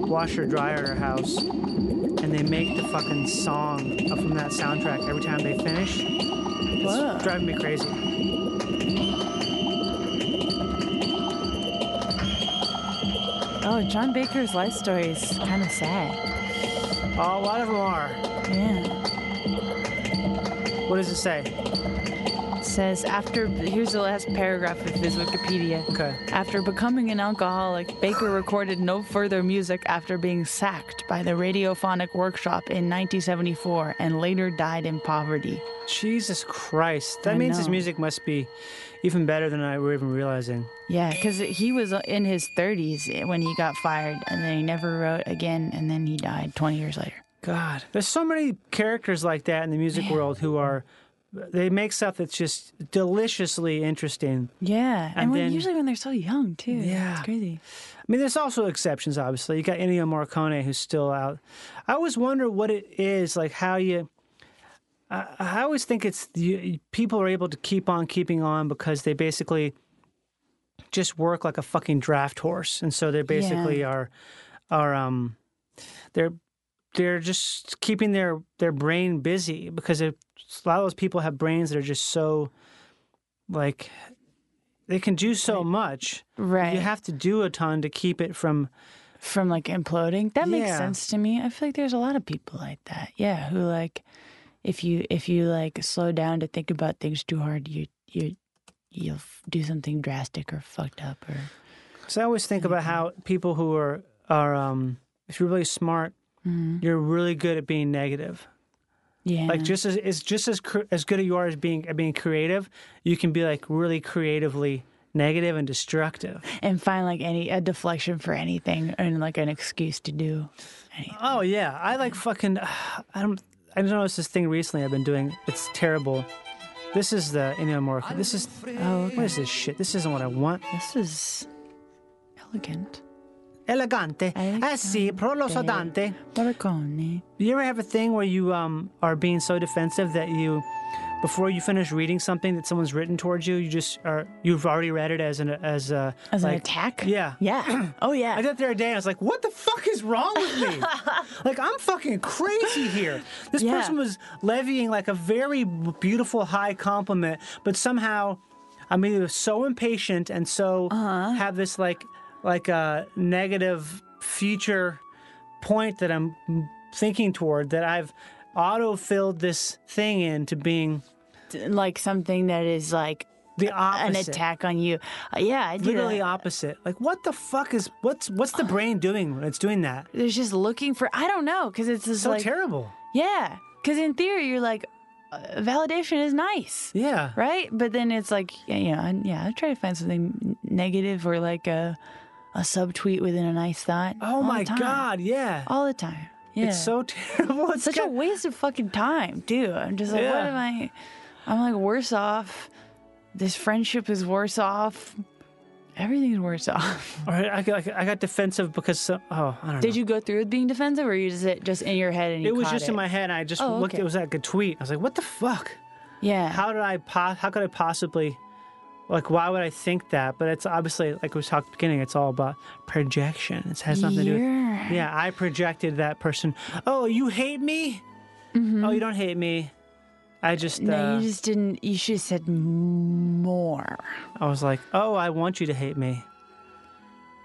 C: washer dryer at our house, and they make the fucking song from that soundtrack every time they finish. It's
G: Whoa.
C: driving me crazy.
G: Oh, John Baker's life story is kind of sad.
C: Oh, a lot of them are.
G: Yeah.
C: What does it say?
G: It says after here's the last paragraph of his Wikipedia.
C: Okay.
G: After becoming an alcoholic, Baker recorded no further music after being sacked by the Radiophonic Workshop in 1974 and later died in poverty.
C: Jesus Christ. That
G: I
C: means his
G: know.
C: music must be even better than I were even realizing.
G: Yeah, because he was uh, in his 30s when he got fired, and then he never wrote again, and then he died 20 years later.
C: God, there's so many characters like that in the music world who are they make stuff that's just deliciously interesting.
G: Yeah, and,
C: And
G: when,
C: then-
G: usually when they're so young too.
C: Yeah.
G: it's crazy.
C: I mean, there's also exceptions, obviously. You got Ennio Morricone who's still out. I always wonder what it is like how you. I, I always think it's you, people are able to keep on keeping on because they basically just work like a fucking draft horse, and so they basically are are um they're they're just keeping their their brain busy because it, a lot of those people have brains that are just so like they can do so much
G: Right.
C: you have to do a ton to keep it from
G: From like imploding, that makes
C: Yeah.
G: sense to me. I feel like there's a lot of people like that. Yeah, who like if you if you like slow down to think about things too hard, you you you'll f- do something drastic or fucked up or
C: because i always think about
G: Mm-hmm.
C: how people who are are um if you're really smart you're really good at being negative
G: Mm-hmm. yeah.
C: like just as it's just as cr- as good as you are as being at being creative you can be like really creatively negative and destructive
G: and find like any a deflection for anything and like an excuse to do.
C: oh yeah i like fucking i don't i don't know it's this thing recently i've been doing it's terrible this is the Ennio Morricone. This is oh, what is this shit? This isn't what I want.
G: This is elegant.
C: Elegante, eh sì, prolo sodante.
G: Morricone.
C: You ever have a thing where you um, are being so defensive that you, before you finish reading something that someone's written towards you, you just are you've already read it as an as a
G: As an
C: like,
G: attack?
C: Yeah,
G: Yeah. Oh yeah.
C: I did that the other day. And I was like, "What the fuck is wrong with me? like I'm fucking crazy here." This
G: Yeah.
C: person was levying like a very beautiful high compliment, but somehow I'm either so impatient and so
G: Uh-huh.
C: have this like like a negative future point that I'm thinking toward that I've auto filled this thing into being
G: like something that is like
C: the
G: an
C: opposite.
G: attack on you. Uh, yeah, I do
C: Literally
G: that.
C: opposite. Like, what the fuck is what's what's the brain doing when it's doing that?
G: There's just looking for I don't know because it's just
C: So
G: like
C: terrible.
G: yeah. Because in theory, you're like uh, validation is nice,
C: Yeah.
G: right? But then it's like yeah, you know, I, yeah. I try to find something n- negative or like a a subtweet within a nice thought.
C: Oh
G: all the
C: my
G: time.
C: god, yeah.
G: all the time. Yeah,
C: It's so terrible. It's
G: such a
C: got-
G: waste of fucking time, dude. I'm just like, what
C: Yeah.
G: am I? I'm like worse off. This friendship is worse off. Everything's worse off.
C: All right, I got, I got defensive because some, oh, I don't know.
G: Did you go through with being defensive, or you just it just in your head and you
C: It was
G: caught
C: just
G: it?
C: in my head. And I just
G: Oh,
C: looked.
G: okay.
C: It was like a tweet. I was like, "What the fuck?
G: yeah.
C: How did I? Po- how could I possibly? Like, why would I think that?" But it's obviously, like we talked at the beginning, it's all about projection. It has nothing to do.
G: Yeah.
C: with... Yeah, I projected that person. Oh, you hate me? Oh, you don't hate me. I just, uh,
G: Mm-hmm. no, you just didn't. You should have said more.
C: I was like, "Oh, I want you to hate me."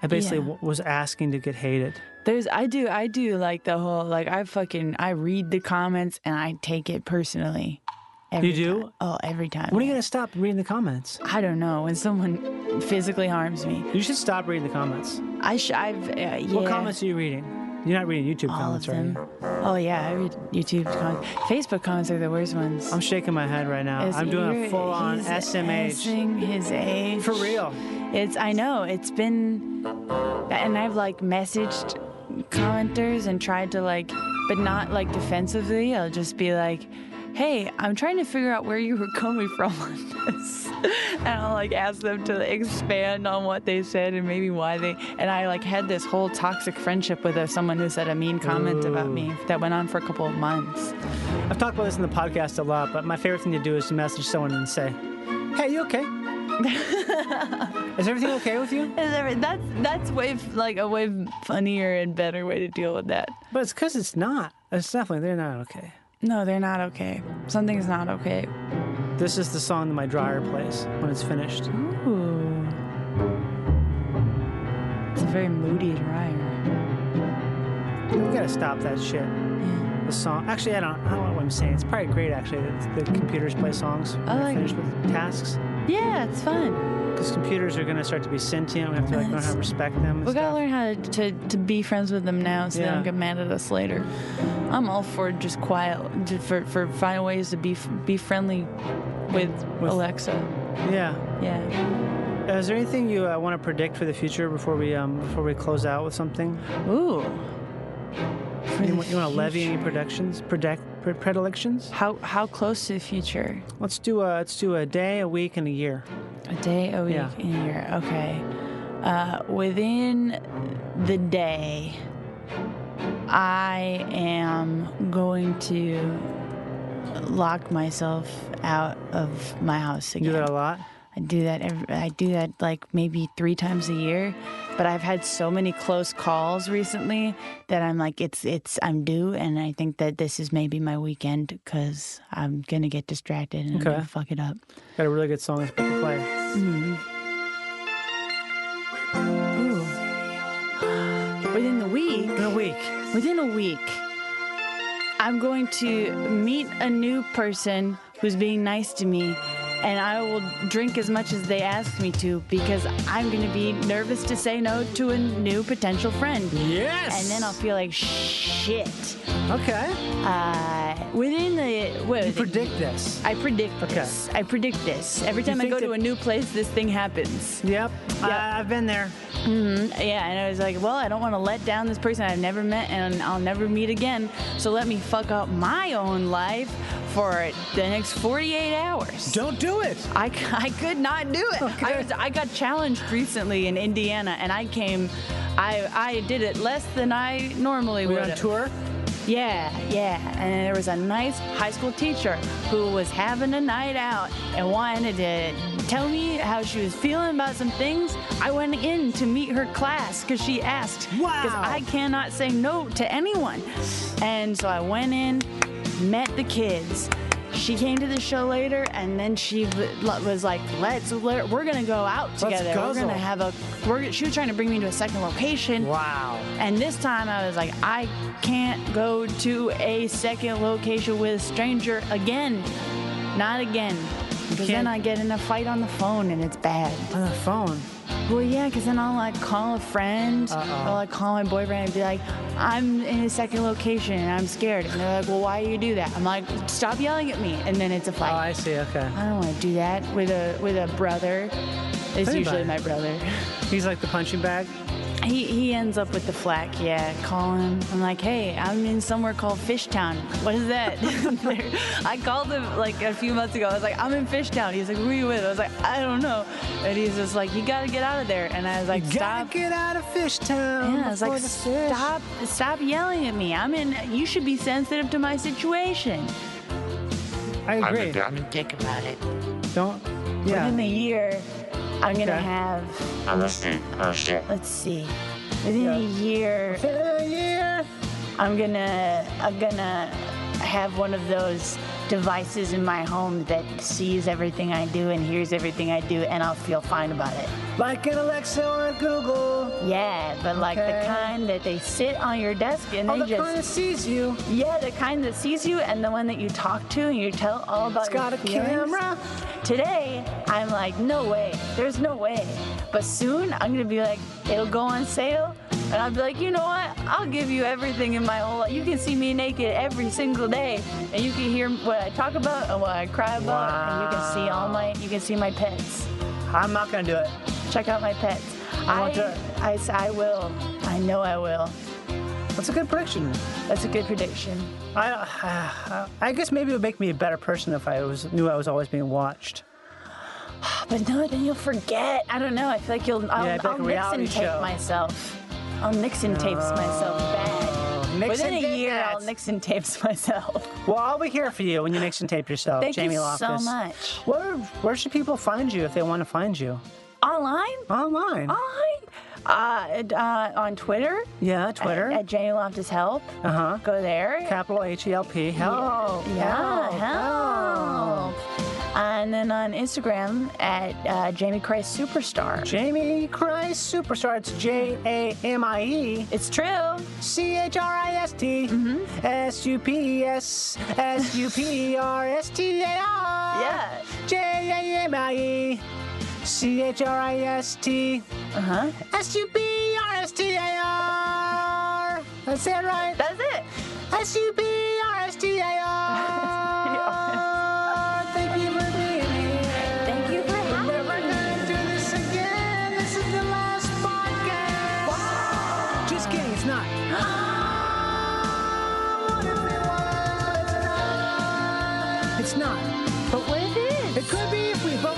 C: I basically
G: Yeah.
C: w- was asking to get hated.
G: There's, I do, I do like the whole like I fucking I read the comments and I take it personally. Every
C: You do?
G: time. Oh, every time.
C: When are you gonna stop reading the comments?
G: I don't know when someone physically harms me.
C: You should stop reading the comments.
G: I sh- I've uh, yeah.
C: What comments are you reading? You're not reading YouTube
G: All of
C: comments, right?
G: them. Oh yeah, I read YouTube comments. Facebook comments are the worst ones.
C: I'm shaking my head right now.
G: It's-
C: I'm doing
G: you're-
C: a full on
G: he's
C: SMH.
G: assing His age.
C: For real.
G: It's I know it's been, and I've like messaged commenters and tried to like, but not like defensively. I'll just be like, "Hey, I'm trying to figure out where you were coming from on this," and I'll like ask them to expand on what they said and maybe why they. And I like had this whole toxic friendship with uh, someone who said a mean comment about me that went on for a couple of months.
C: I've talked about this in the podcast a lot, but my favorite thing to do is to message someone and say, Hey, you okay? Is everything okay with you?
G: Is every, that's that's way f- like a way funnier and better way to deal with that.
C: But it's because it's not. It's definitely they're not okay.
G: No, they're not okay. Something's not okay.
C: This is the song that my dryer plays when it's finished.
G: Ooh. It's a very moody dryer.
C: We gotta stop that shit. The song. Actually, I don't. I don't know what I'm saying. It's probably great. Actually, that the computers play songs when
G: I
C: they're
G: like
C: finished with tasks.
G: Yeah, it's fun.
C: Because computers are gonna start to be sentient. We have to like learn how to respect them.
G: We gotta learn how to, to, to be friends with them now, so they
C: Yeah.
G: don't get mad at us later. I'm all for just quiet, just for for find ways to be f- be friendly with, Alexa.
C: Yeah.
G: Yeah.
C: Is there anything you uh, want to predict for the future before we um before we close out with something?
G: Ooh.
C: You, want to levy any predictions? Predict pre- predilections?
G: How how close to the future?
C: Let's do a let's do a day, a week, and a year.
G: A day, a week,
C: Yeah.
G: and a year. Okay. Uh, within the day, I am going to lock myself out of my house
C: You
G: again.
C: do that a lot.
G: I do that. Every, I do that like maybe three times a year, but I've had so many close calls recently that I'm like, it's it's I'm due, and I think that this is maybe my weekend because I'm gonna get distracted and I'm
C: Okay.
G: gonna fuck it up.
C: Got a really good song that's about to play.
G: Within the week.
C: In a week.
G: Within a week, I'm going to meet a new person who's being nice to me, and I will drink as much as they ask me to because I'm going to be nervous to say no to a new potential friend.
C: Yes.
G: And then I'll feel like shit.
C: Okay.
G: Uh, within the what
C: You
G: was it?
C: predict this.
G: I predict this. I predict this. Every time I
C: think
G: go to
C: that-
G: a new place, this thing happens.
C: Yep. I, I've been there.
G: Yeah, and I was like, well, I don't want to let down this person I've never met and I'll never meet again. So let me fuck up my own life for the next 48 hours.
C: Don't do it.
G: I, c- I could not do it.
C: Okay.
G: I, was, I got challenged recently in Indiana and I came, I, I did it less than I normally
C: We're
G: would.
C: on
G: have.
C: tour.
G: Yeah, yeah. And there was a nice high school teacher who was having a night out and wanted to tell me how she was feeling about some things. I went in to meet her class because she asked.
C: Wow.
G: Because I cannot say no to anyone. And so I went in, met the kids. She came to the show later, and then she w- was like, "Let's, we're gonna go out together. we're
C: guzzle."
G: gonna have a." We're, she was trying to bring me to a second location.
C: Wow.
G: And this time I was like, I can't go to a second location with a stranger again. Not again. Because
C: can't-
G: then I get in a fight on the phone and it's bad.
C: On the phone.
G: Well, yeah, because then I'll like call a friend
C: Uh-uh.
G: or like call my boyfriend and be like, I'm in a second location and I'm scared. And they're like, well, why do you do that? I'm like, stop yelling at me. And then it's a
C: Oh,
G: fight.
C: I see. Okay.
G: I don't want to do that with a with a brother. It's
C: Anybody.
G: usually my brother.
C: He's like the punching bag.
G: He, he ends up with the flack, yeah. Call him. I'm like, hey, I'm in somewhere called Fishtown. What is that? There- I called him like a few months ago. I was like, I'm in Fishtown. He's like, who are you with? I was like, I don't know. And he's just like, you gotta get out of there. And I was like,
C: Gotta
G: stop.
C: get out of fish town.
G: Yeah, I was
C: before
G: like,
C: the fish.
G: stop, stop yelling at me. I'm in. You should be sensitive to my situation.
C: I
K: I'm
C: agree.
K: a dumb.
G: Think about it.
C: Don't. Yeah.
G: Within a year, I'm gonna
C: Okay.
G: have.
A: I'm listening. Oh shit.
G: Let's see. Within a year,
C: Yeah.
G: I'm gonna I'm gonna have one of those devices in my home that sees everything I do and hears everything I do and I'll feel fine about it.
C: Like an Alexa or a Google.
G: Yeah, but like
C: Okay.
G: the kind that they sit on your desk and
C: Oh,
G: they
C: the
G: just
C: kind that sees you.
G: yeah, the kind that sees you and the one that you talk to and you tell all about
C: It's
G: your
C: got a
G: feelings.
C: camera.
G: Today, I'm like, no way. There's no way. But soon, I'm gonna be like, it'll go on sale, and I'll be like, you know what? I'll give you everything in my whole life. You can see me naked every single day, and you can hear what I talk about and what I cry about, and you can see all my, you can see my pets.
C: I'm not gonna do it.
G: Check out my pets.
C: I won't do it.
G: I, I, I will. I know I will.
C: That's a good prediction.
G: That's a good prediction.
C: I, I guess maybe it would make me a better person if I was knew I was always being watched.
G: But no, then you'll forget. I don't know. I feel like you'll. I'll,
C: Yeah, it'd be like
G: I'll
C: a
G: mix
C: reality
G: and tape
C: show.
G: myself. I'll mix and tapes myself bad. Within
C: Nixon
G: a
C: did
G: year, I'll
C: that.
G: Nixon tapes myself.
C: Well, I'll be here for you when you Nixon tape yourself,
G: Thank you
C: Jamie
G: so
C: Loftus.
G: much.
C: Where, where should people find you if they want to find you?
G: Online?
C: Online.
G: Online. Uh, and, uh, on Twitter. Uh-huh.
C: Yeah, Twitter.
G: At, at Jamie Loftus Help.
C: Uh huh.
G: Go there.
C: Capital H E L P. Help.
G: Yeah,
C: Help.
G: help. And then on Instagram at uh, Jamie Christ Superstar.
C: Jamie Christ Superstar. It's J A M I E.
G: It's true.
C: C H R I S T
G: Mm-hmm.
C: S U P E S S U P E R S T A R.
G: Yeah.
C: J A M I E C H R I S T
G: Uh huh.
C: S U P E R S T A R. That's it, right?
G: That's it.
C: S U P E R S T A R. Thank you for being here.
G: Thank you for having
C: We're gonna do this again. This is the last podcast. Just kidding, it's not. It's not.
G: But what if it is?
C: It could be if we both